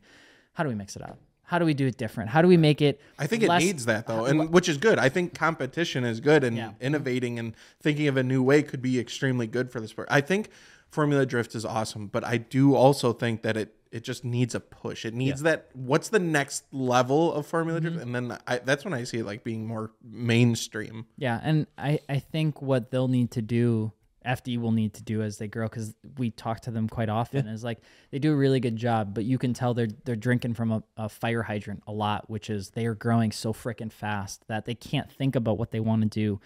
Speaker 2: how do we mix it up? How do we do it different? How do we make it?
Speaker 1: I think it
Speaker 2: less-
Speaker 1: needs that though, and which is good. I think competition is good, and innovating and thinking of a new way could be extremely good for the sport. I think Formula Drift is awesome, but I do also think that it it just needs a push. It needs that. What's the next level of Formula
Speaker 2: Mm-hmm.
Speaker 1: Drift? And then I, that's when I see it like being more mainstream.
Speaker 2: Yeah, and I I think what they'll need to do, FD will need to do as they grow, because we talk to them quite often. Is like they do a really good job, but you can tell they're they're drinking from a, a fire hydrant a lot, which is they are growing so freaking fast that they can't think about what they want to do.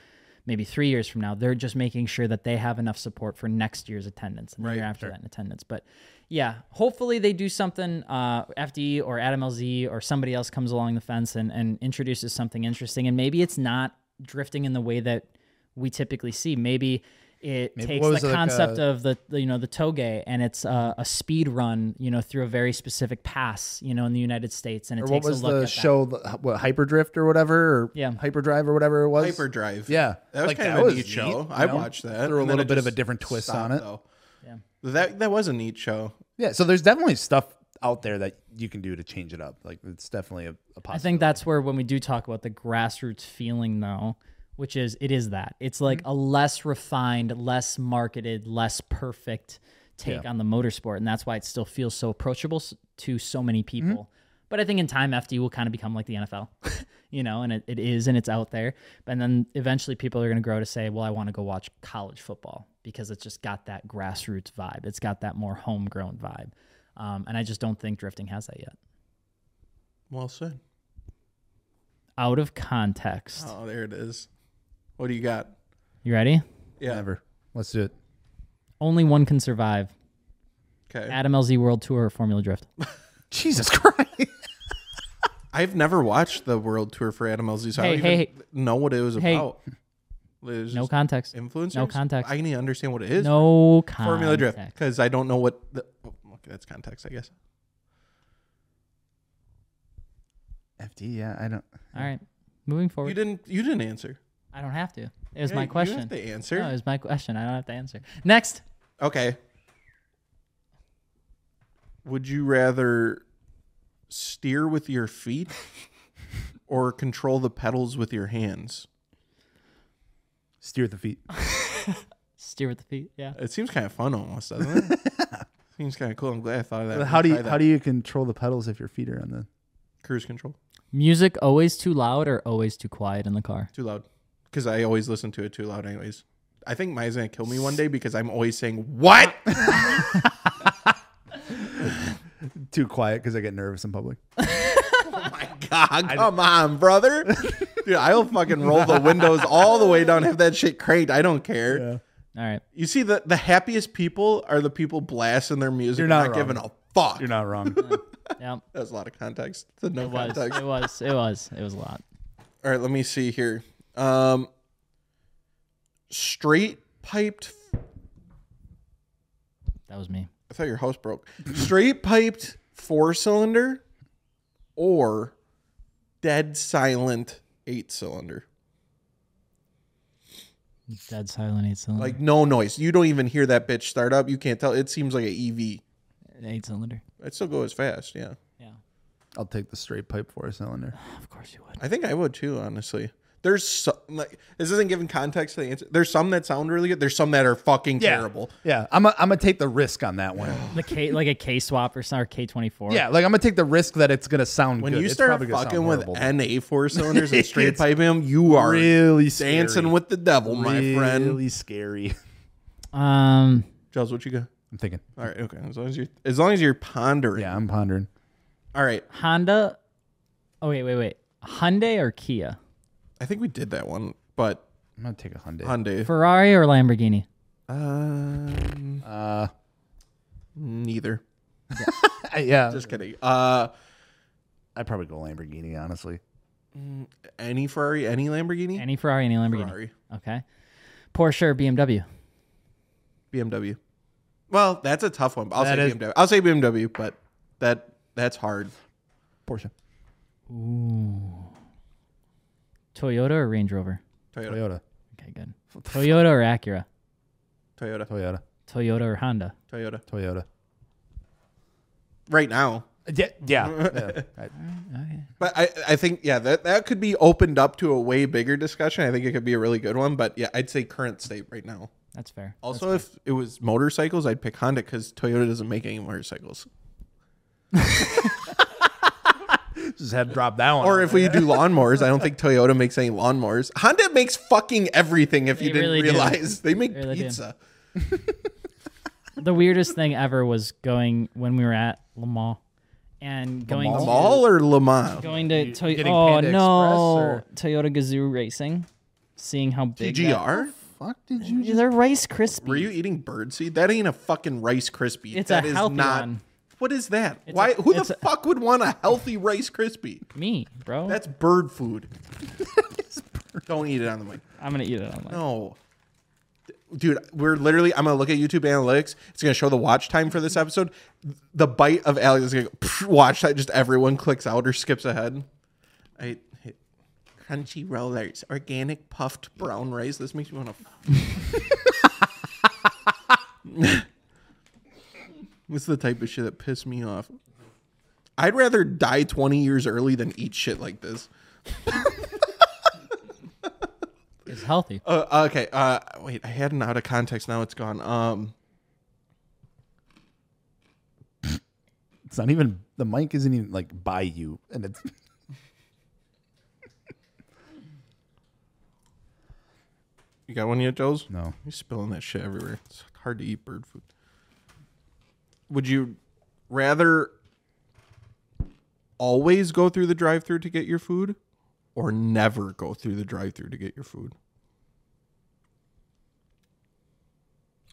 Speaker 2: Maybe three years from now, they're just making sure that they have enough support for next year's attendance and the year after that in attendance. But yeah, hopefully they do something. Uh, FD or Adam LZ or somebody else comes along the fence and, and introduces something interesting. And maybe it's not drifting in the way that we typically see. Maybe it takes
Speaker 3: what was
Speaker 2: the
Speaker 3: it, like,
Speaker 2: concept
Speaker 3: uh,
Speaker 2: of the, the, you know the toge and it's a, a speed run you know through a very specific pass you know in the United States and it
Speaker 3: Or what
Speaker 2: takes
Speaker 3: was
Speaker 2: a look
Speaker 3: the
Speaker 2: at
Speaker 3: show? the- What Hyperdrift or whatever? Or
Speaker 2: Yeah.
Speaker 3: Hyperdrive or whatever it was.
Speaker 1: Hyperdrive.
Speaker 3: Yeah.
Speaker 1: that was
Speaker 3: Like,
Speaker 1: kind
Speaker 3: that
Speaker 1: of a
Speaker 3: was
Speaker 1: neat show.
Speaker 3: neat, you
Speaker 1: I
Speaker 3: know?
Speaker 1: watched that.
Speaker 3: Threw a
Speaker 1: and then
Speaker 3: little
Speaker 1: it
Speaker 3: bit of
Speaker 1: just
Speaker 3: a different twist
Speaker 1: stopped,
Speaker 3: on it.
Speaker 1: Though.
Speaker 2: Yeah.
Speaker 1: That that was a neat show.
Speaker 3: Yeah. So there's definitely stuff out there that you can do to change it up. Like it's definitely a, a
Speaker 2: I
Speaker 3: possibility.
Speaker 2: think that's where when we do talk about the grassroots feeling though, which is it is that. It's like a less refined, less marketed, less perfect take on the motorsport and that's why it still feels so approachable s- to so many people. But I think in time FD will kind of become like the NFL. [LAUGHS] you know, and it, it is and it's out there. And then eventually people are going to grow to say, "Well, I want to go watch college football because it's just got that grassroots vibe. It's got that more homegrown vibe." Um, and I just don't think drifting has that yet.
Speaker 1: Well said.
Speaker 2: Out of context.
Speaker 1: Oh, there it is. What do you got?
Speaker 2: You ready?
Speaker 1: Yeah.
Speaker 3: Never. Let's do it.
Speaker 2: Only one can survive.
Speaker 1: Okay.
Speaker 2: Adam LZ World Tour or Formula Drift.
Speaker 3: Jesus [LAUGHS] Christ.
Speaker 1: I've never watched the world tour for Adam LZ, so I
Speaker 2: Hey,
Speaker 1: don't
Speaker 2: hey,
Speaker 1: even know what it was
Speaker 2: Hey.
Speaker 1: about. There's
Speaker 2: No
Speaker 1: [LAUGHS] just
Speaker 2: context.
Speaker 1: influencers.
Speaker 2: no context.
Speaker 1: I need to understand what it is.
Speaker 2: No context.
Speaker 1: Formula Drift, because I don't know what. The, oh, okay, that's context, I guess.
Speaker 3: FD. Yeah. I don't.
Speaker 2: All right. Moving
Speaker 1: You
Speaker 2: forward.
Speaker 1: didn't. You didn't answer.
Speaker 2: I don't have to. It was
Speaker 1: Yeah,
Speaker 2: my
Speaker 1: you
Speaker 2: question.
Speaker 1: have to
Speaker 2: No, it
Speaker 1: answer.
Speaker 2: was my question. I don't have to answer. Next.
Speaker 1: Okay. Would you rather steer with your
Speaker 2: [LAUGHS]
Speaker 1: feet or control the pedals with your hands?
Speaker 3: Steer with the feet.
Speaker 2: Steer with the feet. Yeah.
Speaker 1: It seems kind of fun, almost, doesn't it?
Speaker 2: [LAUGHS]
Speaker 1: seems kind of cool. I'm glad I thought of that.
Speaker 3: how do you
Speaker 1: Try that.
Speaker 3: how do you control the pedals if your feet are on the?
Speaker 1: cruise control?
Speaker 2: Music always too loud or always too quiet in the car?
Speaker 1: Too loud. Because I always listen to it too loud, anyways. I think mine's gonna kill me one day because I'm always saying what.
Speaker 3: Too quiet because I get nervous in public.
Speaker 1: [LAUGHS] God, come on, brother. [LAUGHS] Dude, I'll fucking roll the windows all the way down, have that shit cranked. I don't care. [LAUGHS]
Speaker 2: All right.
Speaker 1: You see, the the happiest people are the people blasting their music,
Speaker 3: You're
Speaker 1: and
Speaker 3: not
Speaker 1: not
Speaker 3: wrong.
Speaker 1: giving a fuck.
Speaker 3: You're not
Speaker 2: [LAUGHS]
Speaker 3: wrong.
Speaker 2: Yep.
Speaker 1: That was a lot of context. The no
Speaker 2: It was.
Speaker 1: context.
Speaker 2: It was. It was. It was a lot.
Speaker 1: All right, let me see here. Um, straight piped
Speaker 2: That was me.
Speaker 1: I thought your house broke. Straight piped four cylinder or dead silent eight cylinder.
Speaker 2: Dead silent eight cylinder.
Speaker 1: Like no noise. You don't even hear that bitch start up. You can't tell. It seems like an EV.
Speaker 2: eight cylinder.
Speaker 1: I'd still go as fast. Yeah.
Speaker 2: Yeah.
Speaker 3: I'll take the straight pipe four cylinder.
Speaker 2: Of course you would.
Speaker 1: I think I would too, honestly. There's some, like this isn't giving context to the answer. There's some that sound really good. There's some that are fucking terrible.
Speaker 3: Yeah, I'm gonna I'm gonna take the risk on that one.
Speaker 2: The K like a K swap or something or K twenty four.
Speaker 3: yeah, like I'm gonna take the risk that it's gonna sound
Speaker 1: When
Speaker 3: good.
Speaker 1: you
Speaker 3: It's
Speaker 1: start
Speaker 3: probably gonna sound
Speaker 1: fucking with
Speaker 3: horrible, but-
Speaker 1: NA four cylinders
Speaker 3: [LAUGHS]
Speaker 1: and straight
Speaker 3: It's
Speaker 1: pipe him, you are
Speaker 3: really scary.
Speaker 1: dancing with the devil, my friend.
Speaker 3: Really scary.
Speaker 2: Um.
Speaker 1: Giles, what you got?
Speaker 3: I'm thinking.
Speaker 1: All right, okay. As long as you're as long as you're pondering.
Speaker 3: Yeah, I'm pondering.
Speaker 1: All right.
Speaker 2: Honda. Oh wait, wait, wait. Hyundai or Kia?
Speaker 1: I think we did that one, but
Speaker 3: I'm gonna take a Hyundai.
Speaker 1: Hyundai.
Speaker 2: Ferrari or Lamborghini?
Speaker 1: Um,
Speaker 3: Uh, [LAUGHS]
Speaker 1: neither.
Speaker 3: yeah,
Speaker 1: Just kidding. Uh,
Speaker 3: I'd probably go Lamborghini. Honestly,
Speaker 1: any Ferrari, any Lamborghini,
Speaker 2: Any Ferrari, any Lamborghini.
Speaker 1: Ferrari,
Speaker 2: Okay. Porsche or BMW?
Speaker 1: BMW. Well, that's a tough one. I'll
Speaker 3: That
Speaker 1: say
Speaker 3: is-
Speaker 1: BMW. I'll say BMW, but that that's hard.
Speaker 3: Porsche,
Speaker 2: Toyota or Range Rover?
Speaker 1: Toyota.
Speaker 3: Toyota,
Speaker 2: Okay,
Speaker 3: [LAUGHS]
Speaker 2: good. Toyota or Acura?
Speaker 1: Toyota.
Speaker 3: Toyota,
Speaker 2: Toyota or Honda?
Speaker 1: Toyota.
Speaker 3: Toyota.
Speaker 1: Uh, Right now,
Speaker 3: Yeah, yeah.
Speaker 1: [LAUGHS]
Speaker 3: yeah. I-
Speaker 2: Okay.
Speaker 1: but I I think yeah that that could be opened up to a way bigger discussion. I think it could be a really good one. But yeah, I'd say current state right now.
Speaker 2: That's fair.
Speaker 1: Also, if it was motorcycles, I'd pick Honda because Toyota doesn't make any motorcycles.
Speaker 3: Just had to drop that one.
Speaker 1: Or if we
Speaker 2: [LAUGHS]
Speaker 1: do lawnmowers, I don't think Toyota makes any lawnmowers. Honda makes fucking everything. If you
Speaker 2: They
Speaker 1: didn't
Speaker 2: really do.
Speaker 1: realize, they make
Speaker 2: They really do.
Speaker 1: pizza.
Speaker 2: the weirdest thing ever was going when we were at Le Mans and going
Speaker 3: Mans?
Speaker 2: to,
Speaker 1: Mall or Le Mans?
Speaker 2: going to Toy-
Speaker 3: getting
Speaker 2: oh
Speaker 3: Panda Express
Speaker 2: no
Speaker 3: or-
Speaker 2: Toyota Gazoo Racing, seeing how big that-
Speaker 1: TGR?
Speaker 3: fuck did you? Just-
Speaker 2: they're Rice
Speaker 1: Were
Speaker 2: Krispies.
Speaker 1: you eating birdseed? That ain't a fucking Rice Krispie.
Speaker 2: It's
Speaker 1: That
Speaker 2: a
Speaker 1: is
Speaker 2: healthy
Speaker 1: not.
Speaker 2: one.
Speaker 1: What is that? Why?
Speaker 2: a-
Speaker 1: who the
Speaker 2: it's a-
Speaker 1: fuck would want a healthy Rice Krispie?
Speaker 2: Me, bro.
Speaker 1: That's bird
Speaker 2: [LAUGHS]
Speaker 1: food. don't eat it on the mic.
Speaker 2: I'm gonna eat it. I'm like,
Speaker 1: No. Dude, we're literally. I'm gonna look at YouTube analytics. It's gonna show the watch time for this episode. The bite of Alex is gonna go, "Psh," watch that. Just everyone clicks out or skips ahead. I hate crunchy rollers, organic puffed brown rice. This makes me [LAUGHS] want to. This is the type of shit that pissed me off. I'd rather die 20 years early than eat shit like this.
Speaker 2: it's healthy.
Speaker 1: Uh, okay. Uh, wait, I had an out of context. Now it's gone. Um,
Speaker 3: it's not even the mic isn't even like by you, and it's [LAUGHS]
Speaker 1: you got one yet, Joe's?
Speaker 3: no.
Speaker 1: You're spilling that shit everywhere. It's hard to eat bird food. Would you rather always go through the drive-through to get your food, or never go through the drive-through to get your food?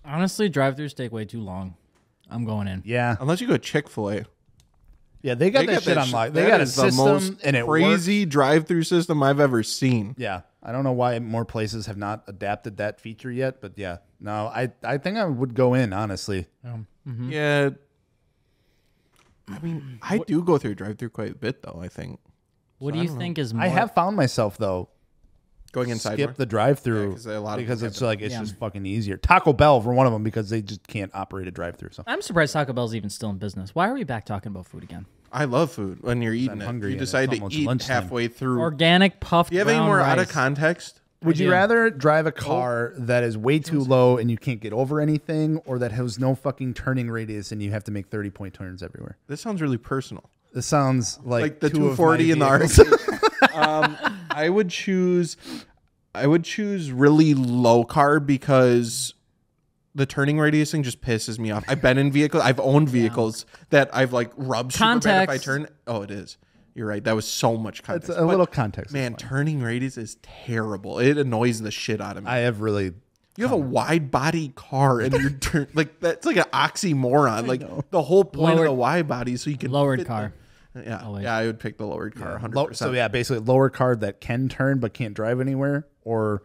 Speaker 2: Honestly, drive-throughs take way too long. I'm going in.
Speaker 3: Yeah,
Speaker 1: Unless you go Chick Fil A,
Speaker 3: yeah. They got that shit unlocked. They got a system, and it works.
Speaker 1: crazy drive-through system I've ever seen.
Speaker 3: Yeah, I don't know why more places have not adapted that feature yet, but yeah, no, I I think I would go in honestly. Mm-hmm.
Speaker 1: Yeah. I mean, I do go through drive-through quite a bit, though. I think
Speaker 2: What do you think is more?
Speaker 3: I have found myself though
Speaker 1: going inside. more.
Speaker 3: skip the drive-through
Speaker 1: 'cause a lot of
Speaker 3: because
Speaker 1: them
Speaker 3: it's like it's
Speaker 2: Yeah.
Speaker 3: just fucking easier. Taco Bell for one of them because they just can't operate a drive-through. So
Speaker 2: I'm surprised Taco Bell's even still in business. Why are we back talking about food again?
Speaker 1: I love food when you're eating it.
Speaker 3: hungry
Speaker 1: you
Speaker 3: and it's
Speaker 1: decide to
Speaker 3: almost
Speaker 1: eat
Speaker 3: lunchtime.
Speaker 1: halfway through. Do
Speaker 2: Organic puffed.
Speaker 1: you have any
Speaker 2: brown
Speaker 1: more
Speaker 2: rice.
Speaker 1: out of context?
Speaker 3: would you rather
Speaker 1: Oh.
Speaker 3: drive a car that is way too low and you can't get over anything, or that has no fucking turning radius and you have to make thirty-point turns everywhere?
Speaker 1: This sounds really personal.
Speaker 3: This sounds like
Speaker 1: Like the
Speaker 3: two of my
Speaker 1: 240 and the
Speaker 3: vehicles.
Speaker 1: [LAUGHS] RX. um, I would choose. I would choose really low carb because the turning radius thing just pisses me off. I've been in vehicles. I've owned vehicles that I've like rubbed super bad if I
Speaker 2: Context.
Speaker 1: turn. Oh, it is. You're right. That was so much
Speaker 3: It's
Speaker 1: context.
Speaker 3: a
Speaker 1: But,
Speaker 3: little context, is
Speaker 1: Man,
Speaker 3: fine.
Speaker 1: turning radius is terrible. It annoys the shit out of me.
Speaker 3: I have really
Speaker 1: You have a wide body car and
Speaker 3: [LAUGHS]
Speaker 1: you're turn like that's like an oxymoron. Like the whole point
Speaker 2: Lowered-
Speaker 1: of the wide body is so you can
Speaker 2: Lowered
Speaker 1: fit
Speaker 2: car.
Speaker 1: the- yeah,
Speaker 2: Always.
Speaker 1: yeah, I would pick the lowered car.
Speaker 3: Low,
Speaker 1: 100.
Speaker 3: so
Speaker 1: percent
Speaker 3: yeah, basically lower card that can turn but can't drive anywhere, or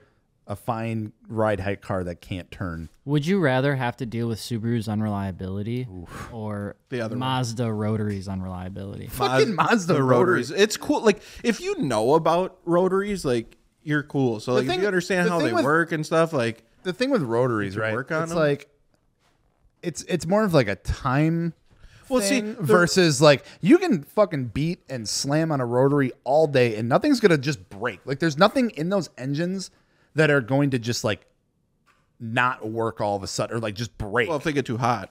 Speaker 3: a fine ride height car that can't turn.
Speaker 2: Would you rather have to deal with Subaru's unreliability or
Speaker 1: The other one.
Speaker 2: Mazda rotaries unreliability?
Speaker 3: Fucking Mazda
Speaker 1: the
Speaker 3: rotaries.
Speaker 1: rotaries. It's cool. Like if you know about rotaries, like you're cool. So like
Speaker 3: thing-
Speaker 1: if you understand
Speaker 3: the
Speaker 1: how
Speaker 3: thing
Speaker 1: they
Speaker 3: with-
Speaker 1: work and stuff, like
Speaker 3: The thing with rotaries, right?
Speaker 1: work on
Speaker 3: it's
Speaker 1: 'em.
Speaker 3: like it's it's more of like a time
Speaker 1: well, see,
Speaker 3: thing
Speaker 1: the-
Speaker 3: versus like you can fucking beat and slam on a rotary all day and nothing's gonna just break. Like there's nothing in those engines that are going to just like not work all of a sudden or like just break.
Speaker 1: well, if they get too hot,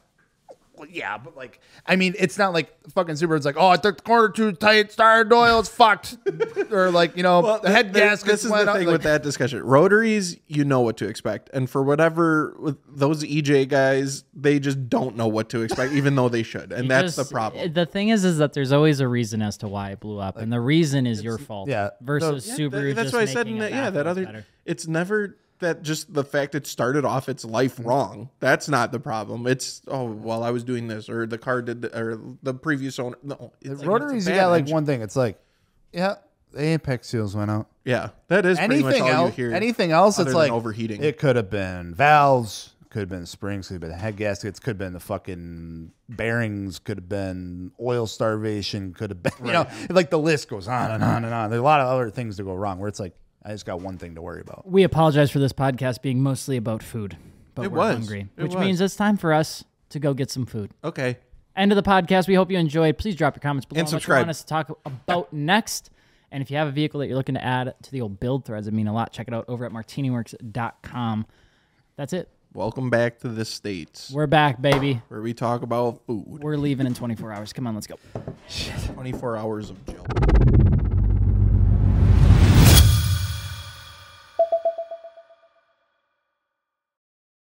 Speaker 3: Well, yeah, but like I mean, it's not like fucking super. It's like oh, I took the corner too tight, started oil, it's fucked, [LAUGHS] or like you know the head
Speaker 1: th- th-
Speaker 3: gasket.
Speaker 1: This is the
Speaker 3: went
Speaker 1: thing
Speaker 3: up,
Speaker 1: with
Speaker 3: like-
Speaker 1: that discussion. Rotaries, you know what to expect, and for whatever with those EJ guys, they just don't know what to expect, even though they should, and that's
Speaker 2: Just- uh,
Speaker 1: the problem.
Speaker 2: The thing is, is that there's always a reason as to why it blew up, and the reason is your fault.
Speaker 3: yeah.
Speaker 2: Versus
Speaker 1: Th-
Speaker 2: Subaru.
Speaker 1: that's
Speaker 2: just
Speaker 1: why I said, in
Speaker 2: making
Speaker 1: that,
Speaker 2: it
Speaker 1: yeah, that
Speaker 2: look
Speaker 1: other.
Speaker 2: better.
Speaker 1: It's never that just the fact it started off its life
Speaker 3: Mm-hmm.
Speaker 1: wrong. That's not the problem. It's oh well, I was doing this, or the car did, th- or the previous owner. No, it's like, it's a
Speaker 3: rotaries, you
Speaker 1: bad
Speaker 3: got like
Speaker 1: engine.
Speaker 3: one thing. It's like yeah, the apex seals went out.
Speaker 1: Yeah, that is pretty much
Speaker 3: anything
Speaker 1: all
Speaker 3: else,
Speaker 1: you hear.
Speaker 3: anything else,
Speaker 1: other
Speaker 3: it's
Speaker 1: than
Speaker 3: like
Speaker 1: overheating.
Speaker 3: It could have been valves, could have been springs, could have been head gaskets, could have been the fucking bearings, could have been oil starvation, could have been [LAUGHS] you know, like the list goes on and on and on. There's a lot of other things to go wrong where it's like I just got one thing to worry about.
Speaker 2: We apologize for this podcast being mostly about food, but
Speaker 1: It
Speaker 2: we're
Speaker 1: was.
Speaker 2: hungry,
Speaker 1: It
Speaker 2: which
Speaker 1: was.
Speaker 2: means it's time for us to go get some food.
Speaker 1: okay,
Speaker 2: End of the podcast. We hope you enjoyed. Please drop your comments below
Speaker 1: And
Speaker 2: on what you
Speaker 1: subscribe.
Speaker 2: want us to talk about next. And if you have a vehicle that you're looking to add to the old build threads, it mean a lot. Check it out over at martiniworks.com. That's it.
Speaker 1: welcome back to the states
Speaker 2: We're back, baby.
Speaker 1: where we talk about food.
Speaker 2: We're leaving in 24 hours. Come on, let's go.
Speaker 1: 24 hours of jail.